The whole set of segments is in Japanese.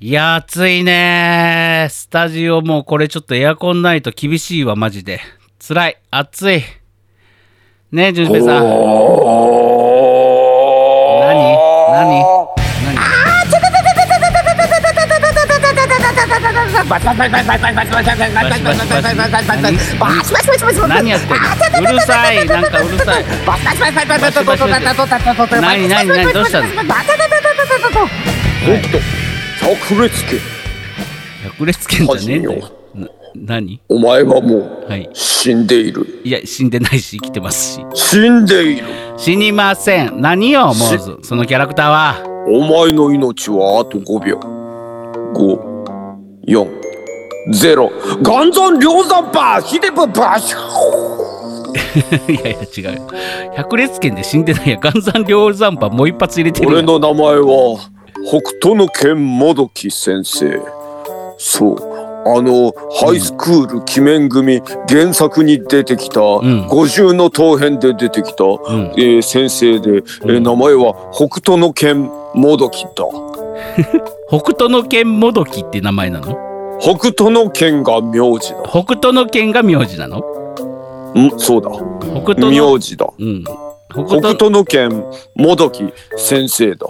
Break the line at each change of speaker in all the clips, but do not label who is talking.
いや、暑いねスタジオもうこれちょっとエアコンないと厳しいわ、マジで。辛い。暑い。ねえ、淳平さん。何何何やってんのうるさい。なんかうるさい。何何何どうしたの
もっと百裂家
百裂剣じゃねえんだよ。な何
お前はもう
はい。
死んでいる
いや、死んでないし、生きてますし。
死んでいる
死にません。何よ、モーズ。そのキャラクターは。
お前の命はあと5秒5 4 0岩山梁山パーヒデブバシュ
いやいや、違うよ。百裂剣で死んでないや。岩山両山波もう一発入れてる
俺
やん。
の名前は北斗の剣もどき先生そうあのハイスクール鬼面組原作に出てきた、
ん
五重の刀編で出てきた、
ん
えー先生で、えー名前は北斗の剣もどきだ
北斗の剣もどきって名前なの
北斗の剣が名字だ
北斗の剣が名字なの
んそうだ
北斗の。
名字だ
うん。北
北
斗
斗の剣もどき先生だ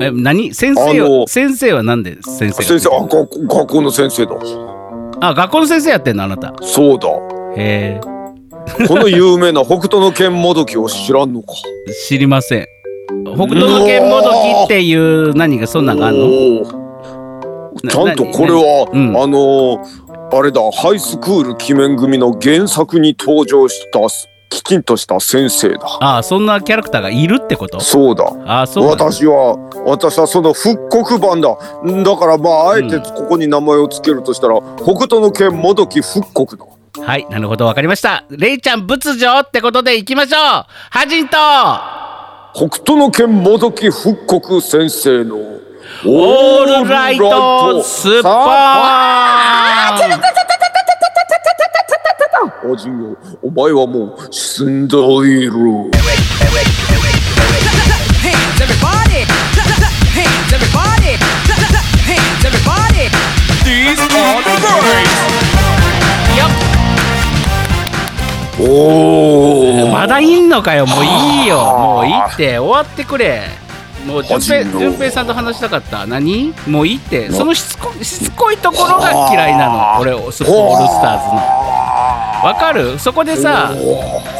え何先生
あ
は
の
先生はなんで先生が
先生あ学学校の先生だ
あ学校の先生やってんのあなた
そうだ
へえ
この有名な北斗の剣もどきを知らんのか
知りません北斗の剣もどきっていう何がそんなんがあんの
おーちゃんとこれは、
なな
あのーあれだハイスクール鬼面組の原作に登場したすきちんとした先生だ
ああそんなキャラクターがいるってこと
そうだ
ああそうなんだ
私は私はその復刻版だんだからまああえ
う
て
ん
ここに名前を付けるとしたら、北斗の剣もどき復刻だ
はいなるほどわかりましたレイちゃん仏女ってことでいきましょうハジンと
北斗の剣もどき復刻先生の
オールライトスッポーン
おじんよお前はもう死んでい
Hands
る
everybody! Hands everybody! Hands everybody!
These are the birds おお
まだいんのかよもういいよもういいって終わってくれもう
個
順
人
平
の
順平さんと話したかった何もういいってそのしつこしつこいところが嫌いなの俺スッポンオールスターズのわかるそこでさ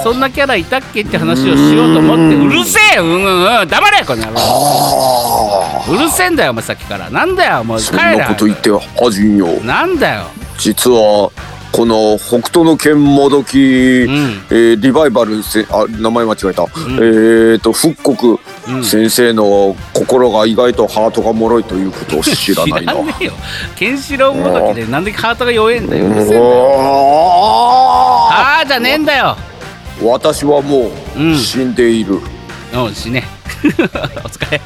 そんなキャラいたっけって話をしようと思ってうるせえうんうんうん黙れこの野郎うるせえんだよお前さっきからなんだよもう帰
そんなこと言ってはじんよ
れなんだよ
実はこの北斗の剣もどき、
ん
えーリバイバルせあ名前間違えた、えっ、と復刻、
ん
先生の心が意外とハートが脆いということを知ら ないな。
ねえよケンシロウもどきでなんでハートが弱えんだようるせえんだよ
あ
ああじゃねえんだよ
ー私はも
うん
う死んでいる。
うん死ね お疲れ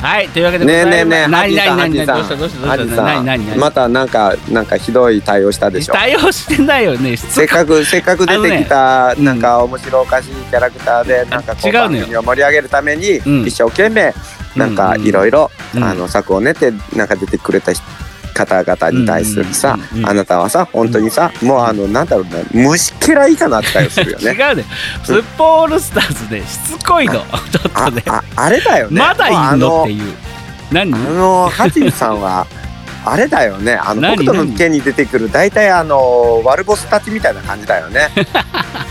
はいというわけで
ねえねえねえ、ハ
何
ジさ
何何
ん、ハジ
何
さ
ど
ん
うしたどうしたどうした何
ハ
何
ジさ
何
ん、またなんか、なんかひどい対応したでしょ。
対応してないよねしつ
せっかく、せっかく出てき
あ
た、
のね
なんか面白おかしいキャラクターで、なんかこ
違う
う、
のよ
番組を盛り上げるために、
うん
一生懸命、なんかいろいろ、
うん
あの、策を練って、なんか出てくれた人方々に対するさ
うんうんうん、
あなたはさ、本当にさ、もうあの、なんだろうね、虫けらいかな扱いをするよ
違
ね。
うねスッポオールスターズねしつこいのちょっと
あ
ね、
あ、あれだよね。
まだいん
もうあ
のっていう何
あのハジンさんはあれだよねあの
何
北斗の剣に出てくる大体あの悪ボスたちみたいな感じだ よね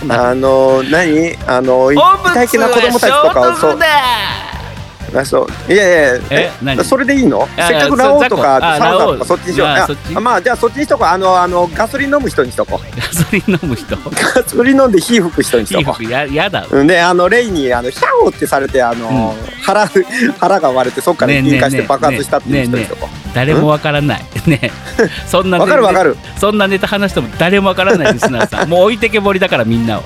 あの何あの
オブツは
体
衝
系な子供たちとかをそ
突
う
だ
あそういやいやいや
え何
それでいいの
あ
せっかくラオウとか
あ
サウザ
ラオウ
とかそっちにしよう
まあ
あ
そっち
あまあじゃあそっちにしとこうあのあのガソリン飲む人にしとこう
ガソリン飲む人
ガソリン飲んで火吹く人にし
い
と
い
こう
服ややだ
うんであのレイにあのヒャオってされてあの、腹腹が割れてそっから
ねえねえ
引火して爆
ねえ
発したっていう人にしとこう、
誰もわからない ねそんな
わかるわか
る
る
そんなネタ話しても誰もわからないリスナーさんもう置いてけぼりだからみんなを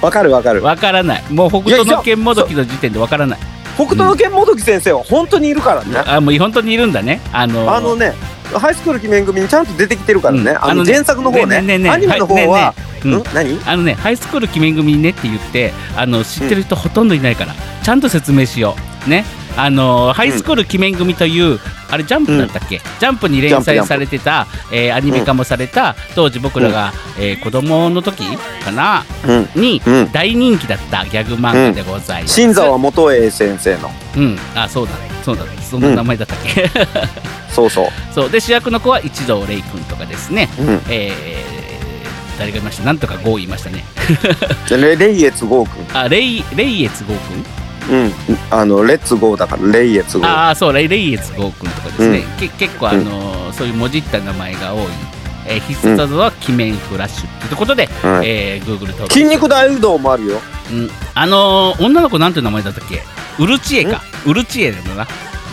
わかるわかる
わからないもう北斗の剣もどきの時点でわからない
北斗の剣もどき先生は本当にいるからね、
あもう本当にいるんだねあのー
あのねハイスクール鬼面組にちゃんと出てきてるからね、
うん
あ
あの
の
ね
原作の方
ねね
ね
ねね
アニメの方は、
はいねねうん
ん何
あのね、ハイスクール鬼面組ねって言ってあの知ってる人ほとんどいないから、ちゃんと説明しようねあのーハイスクール鬼面組という、あれジャンプだったっけ、ジャンプに連載されてた、えーアニメ化もされた、当時僕らが、えー子供の時かな、
うん
に
うん
大人気だったギャグ漫画でございます。
新沢元栄先生の
うん、あ、そうだね、そうだね、そんな名前だったっけ、
そうそう
そうで主役の子は一同レイ君とかですね、
うん
えー誰がいましたなんとかゴーいましたね
でレレイエツゴーくん
あレイレイエツゴー君
うんあのレッツゴーだからレイエツゴー
ああそうレイレイエツゴー君とかですね、け結構あのーそういうもじった名前が多い、えー必殺技は鬼面フラッシュということで、
うん
えー、Google 登録
筋肉大運動もあるよ
うん、あのー女の子なんて名前だったっけウルチエかウルチエだな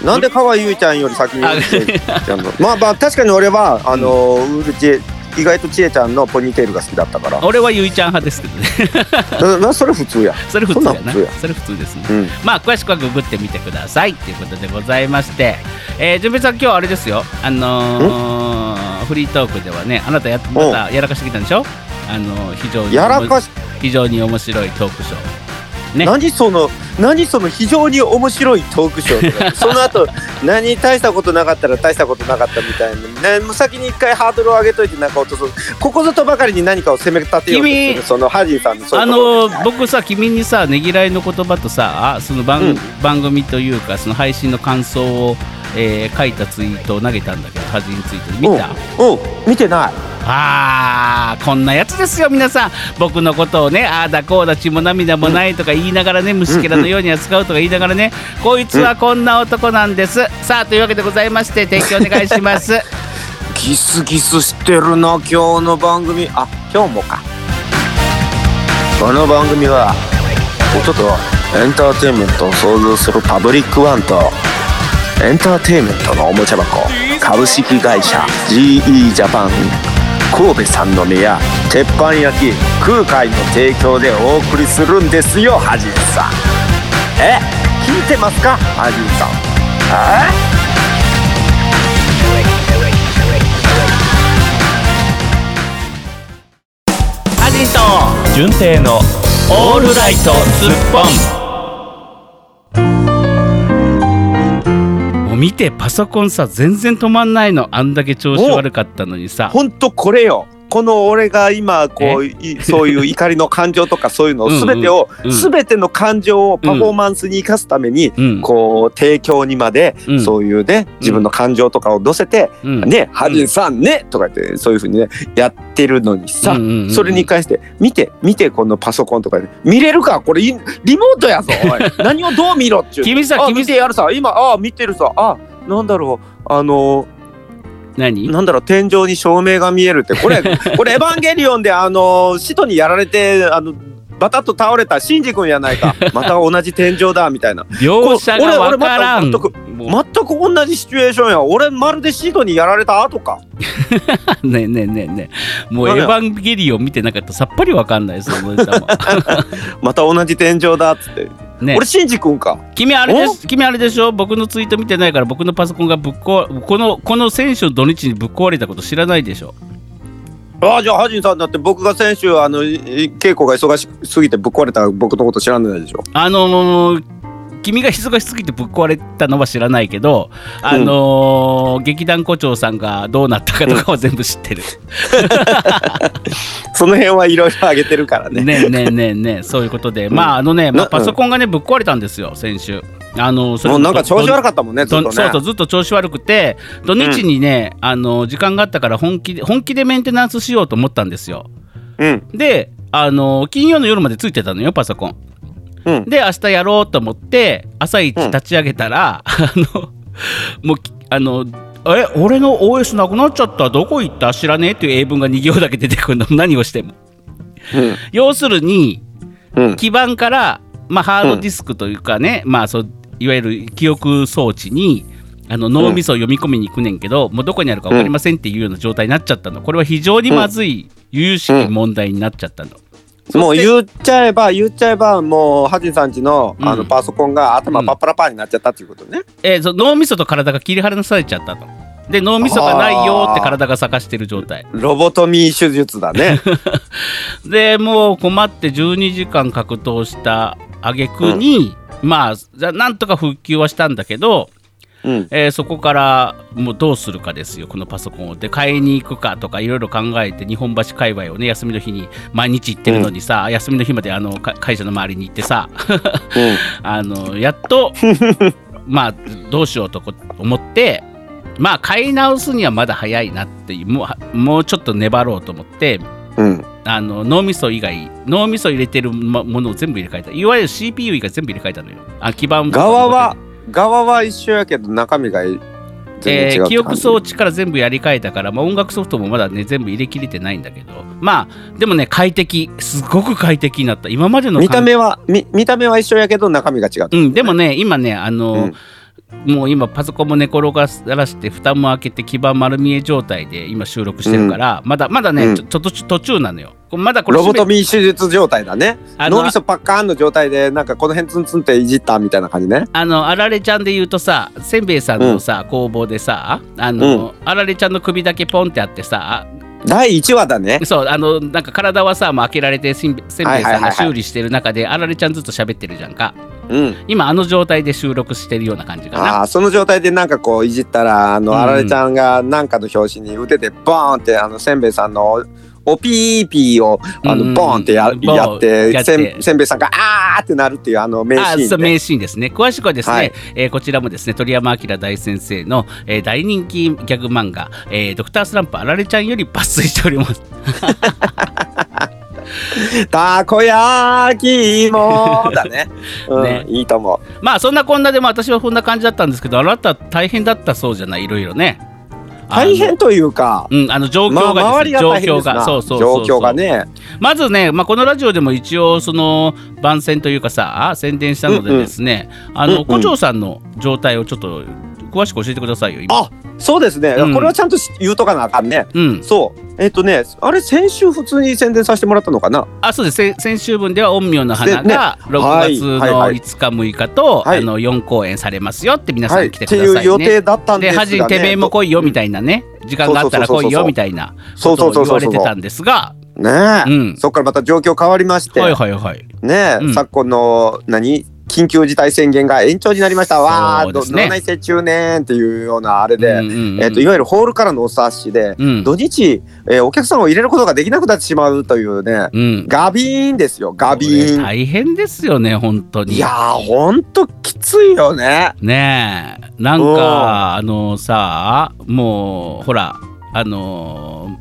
なんで川ゆいちゃんより先に
あ
ウルチエちゃんのまあまあ確かに俺はあのウルチエ意外とちえちゃんのポニーテールが好きだったから
俺はゆいちゃん派ですけどね
ななそれ普通や
それ普通やな
そんなん
そ
普通や
れ普通ですね
うん
まあ詳しくはググってみてくださいということでございまして、えー、純平さん、今日はあれですよ、あのー、フリートークではね、あなたやまたやらかしてきたんでしょ、あのー非常に
やらかし
非常に面白いトークショー、ね
何その何その非常に面白いトークショ ーとかその後何大したことなかったら大したことなかったみたいな、ね、先に一回ハードルを上げといてなんか落とそうここぞとばかりに何かを攻め立てようとす
君
るそのハジーさんのそうい
あ
うところ
のー僕さ、君にさ、ねぎらいの言葉とさ、あその番,、
うん
番組というか、その配信の感想を、えー書いたツイートを投げたんだけど、端について見た、
うん、うん、見てない
あーこんなやつですよ皆さん僕のことをねああだこうだ血も涙もないとか言いながらね虫けらのように扱うとか言いながらねこいつはこんな男なんですさあというわけでございまして提供お願いします
ギスギスしてるな今日の番組あ今日もかこの番組は音とエンターテインメントを創造するパブリックワンとエンターテインメントのおもちゃ箱株式会社 GE ジャパン神戸三宮鉄板焼き空海の提供でお送りするんですよハジンさんえ聞いてますかハジンさんえ
アジンと
純正の
オールライトスッポンもう見てパソコンさ全然止まんないのあんだけ調子悪かったのにさ
ほんとこれよこの俺が今こういそういう怒りの感情とかそういうのを
うんうん
全てを
うん
全ての感情をパフォーマンスに生かすために
うん
こう提供にまで
うん
そういうね自分の感情とかを乗せて
うん
「ねハジンさんね」とかってそういうふうにねやってるのにさ
うんうんうんうん
それに関して「見て見てこのパソコン」とかで「見れるかこれいリモートやぞ おい何をどう見ろ」っちゅう。
君さ
あ
君
見
さ
てやるさ今あ見てるさあなんだろうあの
何
なんだろう天井に照明が見えるって これこれ「エヴァンゲリオンで」あの使徒にやられてあのバタッと倒れたシンジ君やない かまた同じ天井だみたいな
描写が
これ
わ
俺ま
か
た
らん
納得
もう
全く同じシチュエーションや俺まるで使徒にやられた後か
ねえねえねえねえもうエ
なんだ
ヴ
よ
ァンゲリオン見てなかったらさっぱりわかんないですおじさん も
また同じ天井だっつって、
ね
俺シンジ君か
君あれです君あれでしょ僕のツイート見てないから僕のパソコンがぶっ壊このこの選手の土日にぶっ壊れたこと知らないでしょ
ああじゃあハジンさんだって僕が先週あのい稽古が忙しすぎてぶっ壊れた僕のこと知らないでしょ
あのー君が忙しすぎてぶっ壊れたのは知らないけど、あのー劇団胡蝶さんがどうなったかとかは全部知ってる。
その辺はいろいろあげてる からね
ねえねえねえねえ、そういうことで、まああのね、まあ、
な
パソコンがねぶっ壊れたんですよ、先週。あのーそれ
もうなんか調子悪かったもんねず
ど
っとね
そうそうずっと調子悪くて土日にね、あの時間があったから本気で本気でメンテナンスしようと思ったんですよ
うん
であの金曜の夜までついてたのよパソコン
うん
で明日やろうと思って朝一
うん
立ち上げたら、 あのもうきあのえ俺の OS なくなっちゃったどこ行った知らねえっていう英文が2行だけ出てくるの 何をしても
うん
要するに
うん
基板から、まあ、ハードディスクというかね、まあ、そういわゆる記憶装置にあの脳みそを読み込みに行くねんけど、もうどこにあるか分かりませんっていうような状態になっちゃったのこれは非常にまずい由々しき問題になっちゃったの。
もう言っちゃえば言っちゃえばもうハジンさんちの,、
うん
あのパソコンが頭パッパラパーになっちゃったっていうことね、
えーそう脳みそと体が切り離されちゃったの。で脳みそがないよーって体が探してる状態
ロボトミー手術 だね
でもう困って12時間格闘した挙句に、まあじゃあなんとか復旧はしたんだけど、
うん
えーそこからもうどうするかですよこのパソコンをで買いに行くかとかいろいろ考えて日本橋界隈をね休みの日に毎日行ってるのにさ、休みの日まであのか会社の周りに行ってさ、 あのやっ とまあどうしようとこ思ってまあ買い直すにはまだ早いなっていうもうはもうちょっと粘ろうと思って
うん
あの脳みそ以外脳みそ入れてるもものを全部入れ替えたいわゆる CPU 以外全部入れ替えたのよあ基盤とかも
側は側は一緒やけど中身が全然違
えー
うって感じ
記憶装置から全部やり替えたから、まあ、音楽ソフトもまだね全部入れきれてないんだけどまあでもね快適すごく快適になった今までの
見
環
た目はみ見た目は一緒やけど中身が違う
うん、でもね、今ね、あの、もう今パソコンも寝転がらして蓋も開けて基盤丸見え状態で今収録してるから、まだまだね、
うん
ちょちょっと途中なのよこれまだこれ
ロボト
閉め
ミー手術状態だね
あの
脳みそパッカーンの状態でなんかこの辺ツンツンっていじったみたいな感じね
あのあられちゃんで言うとさせんべいさんのさ、工房でさあの、あられちゃんの首だけポンってあってさ
第1話だね
そうあのなんか体はさもう開けられてせんべいせんべい
はい
さん
はいはいは
が
い
修理してる中であられちゃんずっと喋ってるじゃんか
うん
今あの状態で収録してるような感じかな
あーその状態でなんかこういじったらあの、
うん
あられちゃんがなんかの拍子に腕でバーンってあのせんべいさんのおぴーぴーをあ
うん
のボーンってや,、
ボーン
やって
やって
せんせんべいさんがあーってなるっていうあの名
あ
シー
そう
ン、ね、
名シーンですね。詳しくはですね、
はい
えーこちらもですね、鳥山明大先生の、えー大人気ギャグ漫画、えードクタースランプあられちゃんより抜粋しております。
たこ焼き芋 だね, 、うん、
ね
いいと思
まあそんなこんなでも私はこんな感じだったんですけど、あなた大変だったそうじゃない、いろいろね。
う
あの
大変というか
うん、あの状況
まあ、
が
周
で
り
すね、
が
状
大変で
況
すな
が、そうそうそうそう
状況がね
まずね、まあ、このラジオでも一応その番宣というかさ宣伝したのでですね、あ
うんう
の
ん
胡蝶さんの状態をちょっと詳しく教えてくださいよ今
あそうですね、
うん
これはちゃんと言うとかなあかんね
うん、
そうえっ、とねあれ先週普通に宣伝させてもらったのかな
あそうですせ先週分では陰陽の花が
ね
6月
はい
の
はい
5
はい
日6日と、
はい
あの4公演されますよって皆さ
はい
ん
っ
来て
て
くだ
い
さ
う
いね。
予定だったん
で
ですが
は
ね
じんてめえも来いよみた
い
いなね時間があったら来いよみたいな
そ
こと
うそ
を
う
言
そ
わ
うそう
れ
そう
てたんですが
ねえ、
うん
そっからまた状況変わりまして、
はいはいはい
ねえ、
うん
昨今の何緊急事態宣言が延長になりました
そ
わあ
うで
ど
すね
脳内接中ねんっていうようなあれで、
うんうんうん
えっといわゆるホールからのお察しで、
うん
土日、えーお客さんを入れることができなくなってしまうというね、
うん
ガビーンですよガビ
これ
ーン。
大変ですよね本当
い
に
やーほんときついよね。
ねえなんかあのさもうほらあの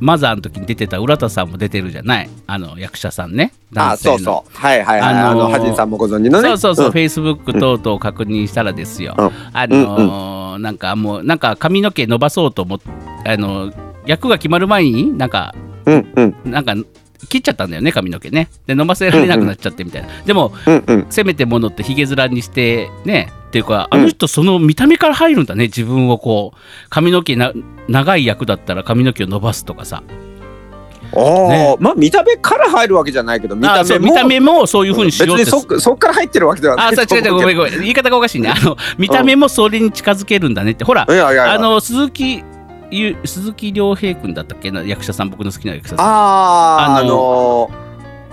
マザーの時に出てた浦田さんも出てるじゃないあの役者さんね
あ
男性の
そうそうはいはいはい、
あ
あ
のー
のハジンさんもご存知のね。
そうそうそう、
ん
フェイスブック等々を確認したらですよ、
うん
あのーなんかもうなんか髪の毛伸ばそうと思ってあのー役が決まる前になんか
うんうん
なんか切っちゃったんだよね髪の毛ねで伸ばせられなくなっちゃってみたいな、でも
うんうん。
せめてものってひげ面にしてねっていうかあの人その見た目から入るんだね自分をこう髪の毛な長い役だったら髪の毛を伸ばすとかさ
おお、
ね
まあ見た目から入るわけじゃないけど見
あ
た
そ
目
う
も
見た目もそういうふうにしようって
別にそそっから入ってるわけではない
あ、そう違う違う、ごめん
ん
ごめん。言い方がおかしいね。あの、見た目もそれに近づけるんだねって。ほら、
いやいやいや
あの、鈴木ゆ、鈴木亮平君だったっけな、役者さん、僕の好きな役者さ
あー
あ
あのー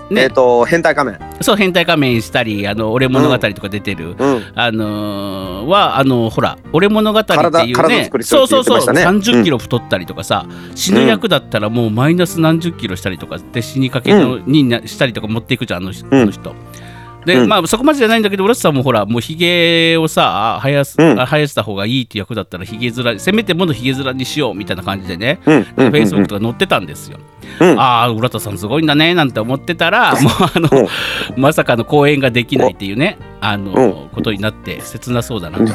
ね
えっ、と変態仮面
ん。そう、変態仮面したり、あの、俺物語とか出てる。
うん
あのーはあのほら「俺物語」ってい
体
う
体
ね
作りする
そ
っ
う
て
そう
言って
そう
ましたね
3 0キロ太ったりとかさ、死ぬ役だったらもうマイナス何十キロしたりとかで死にかけの、になしたりとか持っていくじゃんあの,、あの人。で、
うん
まあそこまでじゃないんだけど浦瀬さんもほらもうひげをさ生やす、
うん
生やした方がいいって役だったらひげ面せめてものひげ面にしようみたいな感じでね、
うん
フ
うん
ェイスブックとか載ってたんですよ。
うん
ああ浦田さんすごいんだねなんて思ってた らもうあの、まさかの公演ができないっていうねあの、ことになって切なそうだなと。
ね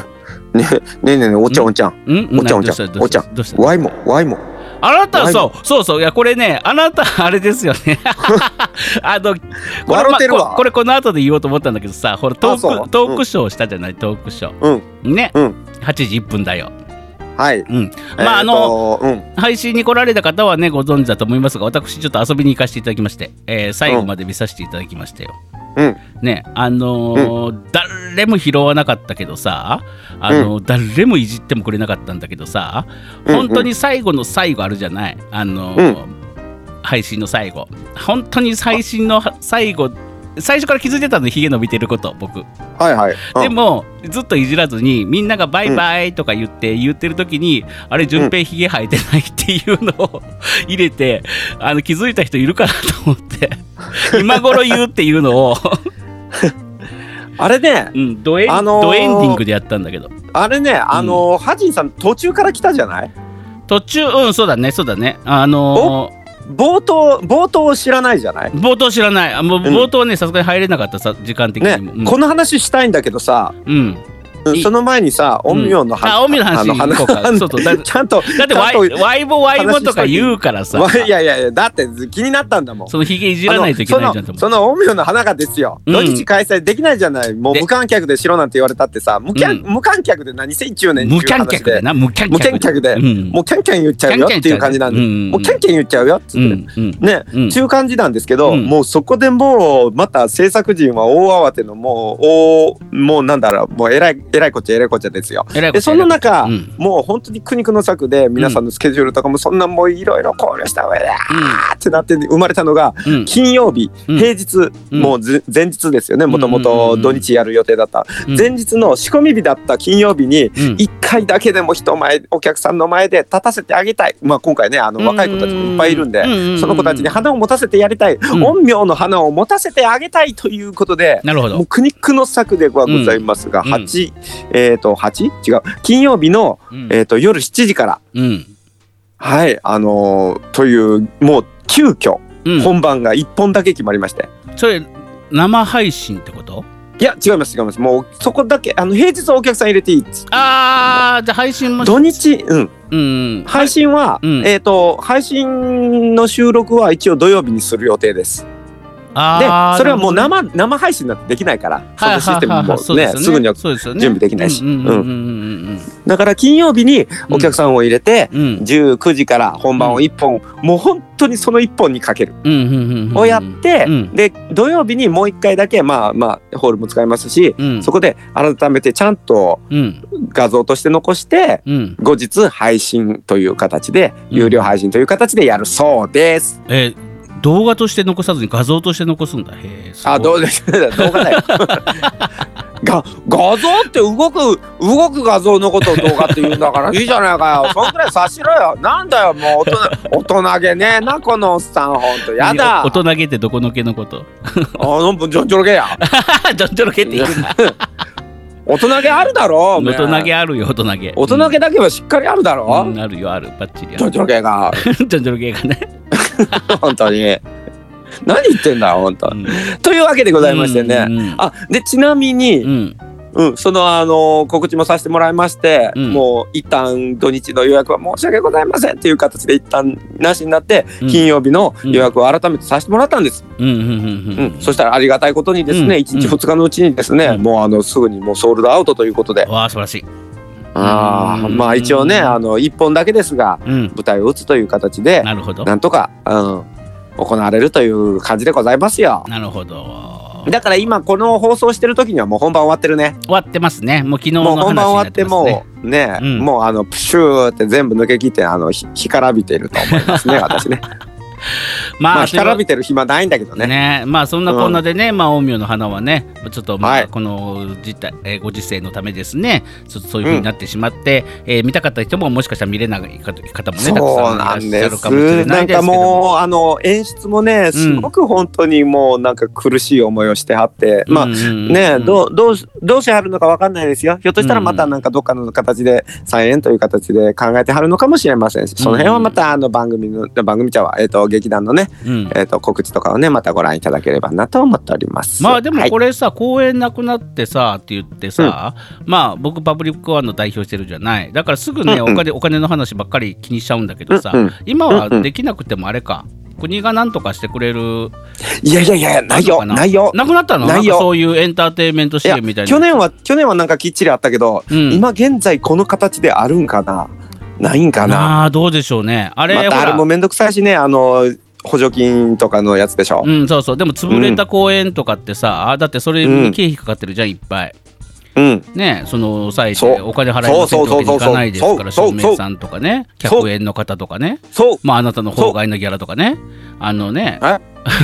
ねえねえねえおっちゃんおっちゃん
ん
おっちゃんおっ
な
ちゃん
どうした
おっち
どうしたどうし
ワイもワイも
たあなたそうそうそういやこれねあなたあれですよ ねあのこれ,、
笑ってるわ
ここれこの後で言おうと思ったんだけどさほらト
あそ
ーク
う
トークショーしたじゃないトークショ
うん
ーね、
うん
8時1分だよ
はい
うんまあ、あの
のうん
配信に来られた方はねご存知だと思いますが私ちょっと遊びに行かせていただきまして、えー最後まで見させていただきましたよ、
うん
ねあのー誰も拾わなかったけどさあのー誰もいじってもくれなかったんだけどさ
うん
本当に最後の最後あるじゃないあのー配信の最後本当に最新の最後最初から気づいてたのでヒゲ伸びてること僕
はいはい。うん
でもずっといじらずにみんなが「バイバイ」とか言って、言ってる時にあれ順平ひげ生えてないっていうのを 入れてあの気づいた人いるかなと思 って今頃言うっていうのを、
あれね、
うん、ドエン
あのー
ドエンディングでやったんだけど
あれね、あの、ハジンさん途中から来たじゃない
途中うんそうだねそうだねあのー
冒頭、冒頭を知らないじゃない
冒頭知らないあもう
うん
冒頭はねさすがに入れなかったさ時間的
ね
にも、うん
この話したいんだけどさ、
うん、
うん
い
その前にさ、陰陽の
あ陰陽の話
あ
行こうか
話
そうそうだ
ちゃんと、
だって
ちゃ
ワ
ん
イ
と
ワイボワイボとか言うからさ
わいやいやいや、だって気になったんだもん。
そのひげいじらないといけないじゃんと
あの
思
そのその陰陽の花がですよ、
うん
土日開催できないじゃないもう
で
無観客でしろなんて言われたってさ無観,、
うん
無観客で何2010
う
年って
無
いう話
観客でな無観客
無観客で、
うん
もうキャンキャン言っちゃうよっていう感じなんで、もうキャンキャン言っちゃうよっつって、
うんうん
ね、
うん
中間時なんですけど、
うん
もうそこでもうまた制作陣は大慌てのもうおもうなんだろうもうえらいえらいこっちゃえらいこっちゃですよ。
えらいこ
で
と
そ
や
の
な
中、
うん
もう本当に苦肉の策で皆さんのスケジュールとかもそんなもういろいろ考慮した上であーってなって生まれたのが
うんうん
金曜日、
うん
平日、
うん
もうず前日ですよねもとも
うんうんうん
と
うん
土日やる予定だった、
うん
前日の仕込み日だった金曜日に
うん
一回だけでも人前お客さんの前で立たせてあげたい、まあ、今回ねあの若い子たちもいっぱいいるんで
うんうんうんうん
その子たちに花を持たせてやりたい、
ん
陰陽の花を持たせてあげたいということで。
なるほ
もう
ど
苦肉の策ではございますが、
うん
8、えっ、と、8? 違う。金曜日の、
うん
えっ、と、夜7時から、
うん
はい、あのーという、もう、急遽、
うん
本番が1本だけ決まりまして。
それ生配信ってこと
いや、違います、違います。もう、そこだけ、あの、平日はお客さん入れていいっつ。
あーじゃあ配信も
土日、うん。
うん
配信は、
うん
えっ、と、配信の収録は一応土曜日にする予定です。で
あー、
それはもう
なるほどね
生、生配信なんてできないから、そ
はい
のシステムも
はいはいはいそう
ね、
ですよ
すぐには。
そうですよね
準備できない
う
し
んうんうんうん
だから金曜日にお客さんを入れて、
うんうん
19時から本番を1本、もう本当にその1本にかける、
うんうんうんうん
をやって、
うん
で土曜日にもう1回だけまあまあホールも使いますし、
うん
そこで改めてちゃんと
うん
画像として残して、
うん
後日配信という形で、
うん
有料配信という形でやるそうです。
えー動画として残さずに画像として残すんだへえ
あ、どうです か動画だよ。が画像って動く動く画像のことを動画って言うん だからいいじゃないかよそんくらい察しろよなんだよもう 大人大人げねえなこのおっさんほんとやだ
大人げってどこのけのこと
あなんかジョンジョロゲや
どんどろけって言うな
大人げあるだろおめえ
大人げあるよ大人げ
大人げだけはしっかりあるだろ、
うん、あるよあるバッチリあ
ジョン
る
ジョロゲが
ジョンジョルゲーがね、
本当に何言ってんだほんと
うん、
というわけでございましてね、
うん
あでちなみに、
うん
うん、その、あの告知もさせてもらいまして、
うん
もう一旦土日の予約は申し訳ございませんっていう形で一旦なしになって、
うん
金曜日の予約を改めてさせてもらったんです、
うんうんうん
う
うんん
そしたらありがたいことにですね、
うん
一1日2日のうちにですね、
うん
もうあのすぐにもうソールドアウトということで、
わあ素晴らしい
あー
うん
まあ一応ねあの1本だけですが
うん
舞台を打つという形で
なるほど
なんとか、うん、行われるという感じでございますよ。
なるほど
だから今この放送してる時にはもう本番終わってるね。
終わってますねもう昨日の
もう
話
本
に
番終
な
わっ
って
て
ますね
もうね、
うん
もうあのプシューって全部抜け切ってあのひ干からびていると思い ますね私ね。
ま
まあ
あ
干からびてる暇ないんだけど
ね
ね。
まあそんなこんなでね、まあ陰陽の花はねちょっとま
は
あ
い
この事態、えーご時世のためですねちょっとそういう風になってしまって、えー見たかった人ももしかしたら見れない方方もねたく
そう
さ
なん
い
ん
らっしゃ
で
るかもしれ
す。
な
ないん
ですけ
か
ども
もうあの演出もねすごく本当にもうなんか苦しい思いをしてはって、まあ
うんうんうん
ねどうどうしどうしてはるのかわかんないですよ。ひょっとしたらまた
うん
なんかどっかの形で再演という形で考えてはるのかもしれませんし、その辺はまたあの番組の番組ちゃうわえっ、と劇団のね
うん
えー、と告知とかをねまたご覧いただければなと思っております。
まあでも
はい
これさ、公演なくなってさって言ってさ、まあ僕パブリックワンの代表してるじゃないだからすぐね、
うんうん
お金お金の話ばっかり気にしちゃうんだけどさ、
うんうん
今は
うんうん
できなくてもあれか国がなんとかしてくれる
いやいやいやないよ
なのかな
ないよ。
なくなったの
ないよ
んかそういうエンターテインメント
い
支
や
援みたいな
去年は去年はなんかきっちりあったけど、
うん
今現在この形であるんかなないんかな。
ああどうでしょうねあれ、
またあれ
ほ
も
ら
めんどくさいしねあの補助金とかのやつでしょ。
うんそうそうでも潰れた公演とかってさ、あーだってそれに経費かかってるじゃんいっぱい
うん。
ねその際
そ
で
う
お金払いませんってわけにいかないですから
そうそうそうそう
照明さんとかね
そう
客演の方とかね
そう
まああなたの方がいいのギャラとかねあのね
え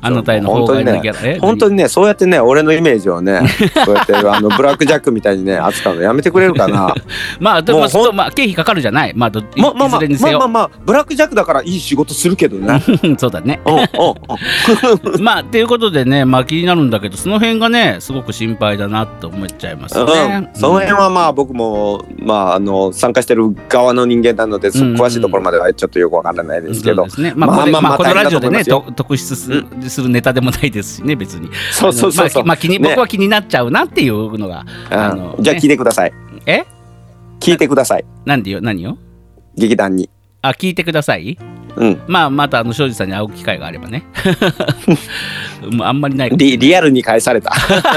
あなたへの
本
方
当
がい
に
なきゃ
ね、本当
に
にね、そうやってね、俺のイメージを ね、そうやってあのブラックジャックみたいにね、扱うのやめてくれるかな。
まあで
も
も
う
そうまあ経費かかるじゃないまあ どい
まあまあま
いず
あ
れに
ま
せ
あまあ
よ
まあブラックジャックだからいい仕事するけど ね。
そうだね
うんうんう ん。
まあということでねまあ気になるんだけどその辺がねすごく心配だなって思っちゃいますね
うんその辺はまあ僕もまああの参加してる側の人間なので、そ
うんうん
詳しいところまではちょっとよくわからないですけ
そ
ど
う。ですねまあ
まあ
これ
まあ
まあこの
まあ
ラジオでね
大変だと思いま
と
す
特筆すするネタでもないですしね別に
そうそうそうそ
あの
う
まあきまあ気に
ね
僕は気になっちゃうなっていうのがあの
うんじゃあ聞いてください。
え
聞いてください。
なんでよ何よ
劇団に。
あ聞いてください
うん。
まあまたあの庄司さんに会う機会があれ ばねもうあんまりない
リリアルに返された。は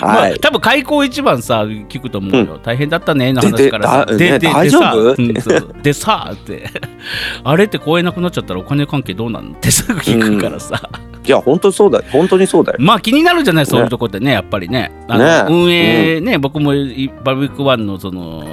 まあ、
い。
多分開口一番さ聞くと思うよ、大変だったねの
で
話からさ
でだね大丈
さ
夫
うん そうそうでさって あれって公えなくなっちゃったらお金関係どうなんってすぐ聞くからさ、
いや本当そうだ。本当にそうだよ。
まあ気になるじゃないそういうとこってねやっぱりねあの
ね
運営ね、僕もいバルビックワンのその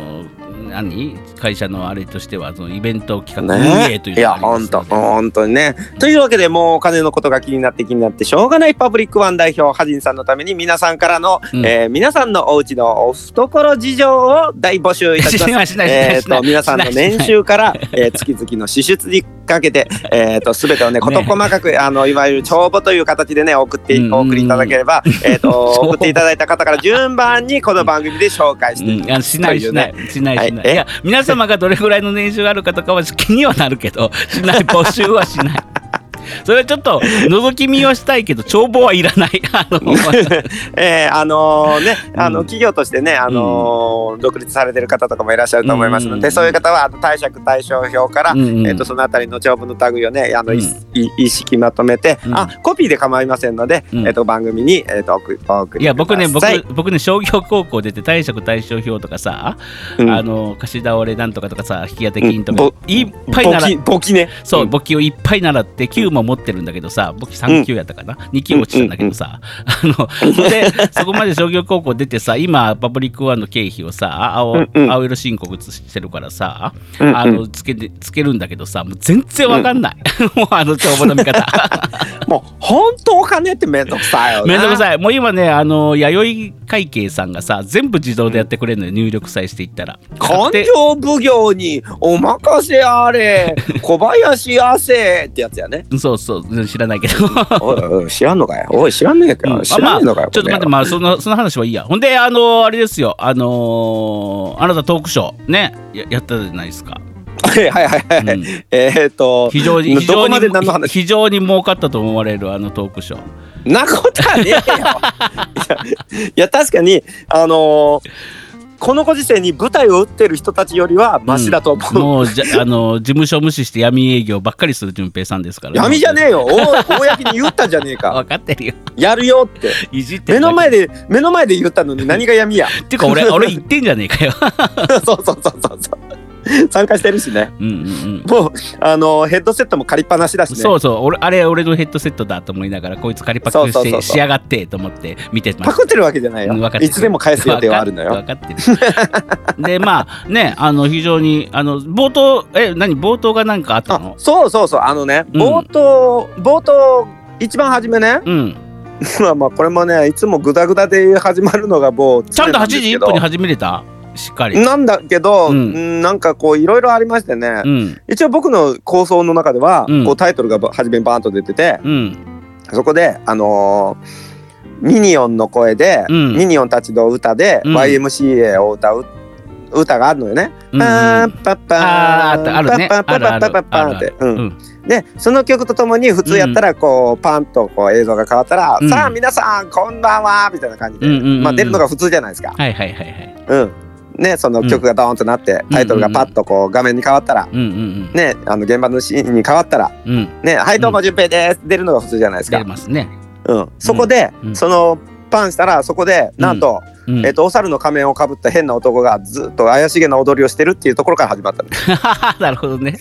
何会社のあれとしてはそのイベント企画運営
ね
という
い
の
や
がありま
本
す
当
ので
本当にね。というわけでもうお金のことが気になって気になってしょうがないパブリックワン代表ハジンさんのために皆さんからの、
うん
えー皆さんのお家のお懐事情を大募集いたします
し。ないしないしない
え
し
ー、
ない
と皆さんの年収から、えー月々の支出にか けて、えー、と全てをね事細かくあのいわゆる帳簿という形でね送って
うん
お送りいただければ、えー、と
帳簿
送っていただいた方から順番にこの番組で紹介していき
うん、あ
ま
の
す
しない
とい
し
う
な
ね
いしない
はい
しないいや皆様がどれぐらいの年収があるかとかは気にはなるけどしない募集はしない それはちょっと覗き見をしたいけど帳簿はいらない あ の
えーあのーね、あの
うん
企業としてね、あのー独立されてる方とかもいらっしゃると思いますので、
うん
そういう方はあの貸借対照表から、
うんうん
えー、とそのあたりの帳簿の類をねあの、
うん
いい意識まとめて、
うん
あコピーで構いませんので、
うん
えー、と番組に、えー、とお送りお送り
いや僕ね
くだ
僕
さい
僕ね商業高校出て貸借対照表とかさ、
うん
あの貸し倒れなんとかとかさ引き当て金とか、
うんぼ
いっぱい習っ
簿記簿記ね
そう、
ん
簿記をいっぱい習って9も持ってるんだけどさ、簿記3級やったかな、2級落ちたんだけどさ、あの、それで、そこまで商業高校出てさ、今、パブリックワンの経費をさ、青,、
うんうん
青色申告してるからさ、
うんうん
あのつけて、つけるんだけどさ、もう全然わかんない。もう あの帳簿の見 方。
もう本当お金ってめんどくさいよね
めんどくさい。もう今ね、あの、弥生会計さんがさ、全部自動でやってくれるのよ、入力さえしていったら。
勘定奉行にお任せ あれ小林亜生ってやつやね
そうそう、知らないけど。
おいおい知らんのかよおい知らんねえか
うん
よ知らんねえのか
あまあ
よ
ちょっと待って、まあ、そのその話はいいや。ほんで、あのあれですよ、あのーあなたトークショー、ね、ややったじゃないですか。
はいはいはいはい、
うん
えーっと
非常に、非
ど
常
こま
に
で何の話
非常に儲かったと思われるあのトークショー。
なことはねえよいやいや確かにあのーこのご時世に舞台を打ってる人たちよりはマシだと思う、
もう、じゃ あの事務所無視して闇営業ばっかりする淳平さんですから、
闇じゃねえ よお公に言ったじゃねえか
分かってるよ。
やるよって
いじって
目
るだけ
の前で目の前で言ったのに何が闇や
っていうか、俺、俺言ってんじゃねえかよ。
そうそうそうそうそう参加してるしね
うんうんうん。
もうあのヘッドセットも借りっぱなしだしね
そうそう俺あれ俺のヘッドセットだと思いながらこいつ仮パク
そうそうそ
して
うそう
仕上がってと思って見てま
パ
す
クってるわけじゃないよ
うん分かってる
いつでも返す予定はあるのよ
分かってる。分かってるでまあねあの非常にあの冒頭え何冒頭が何かあった
あ
の
そうそうそうあのね
うん
冒頭、冒頭一番初めね
うん
まあまあこれもねいつもグダグダで始まるのがもう
ちゃんと8時1分に
始
始めれたしっかり。
なんだけど、
うん
うんなんかこういろいろありましてね、
うん
一応僕の構想の中では、
うん
こうタイトルがば初めにバーンと出てて、
うん
そこで、あのーミニオンの声で、
うん
ミニオンたちの歌で、
うん
YMCA を歌う歌があるのよね。
うん
パーンパッパーン
あーあったあるね
パッパッパッパッパッパ
ある
ーン
ある
って。
う
うん
ん
でその曲とともに普通やったらこう、パンとこう映像が変わったら「
うん
さあ皆さんこんばんは」みたいな感じで、
うんうんうんうん
まあ、出るのが普通じゃないですか。
はいはいはいはい。
うんね、その曲がドーンとなって、タイトルがパッとこう画面に変わったら、
うんうん
ね、あの現場のシーンに変わったら
うんうん
「ね、はいどうも順平です」出るのが普通じゃないです
出
か
れ。ますね。
うん、そこで、
うん
そのパンしたらそこでなんと,、
うん
えっとお猿の仮面をかぶった変な男がずっと怪しげな踊りをしてるっていうところから始まったんです
なるほどね。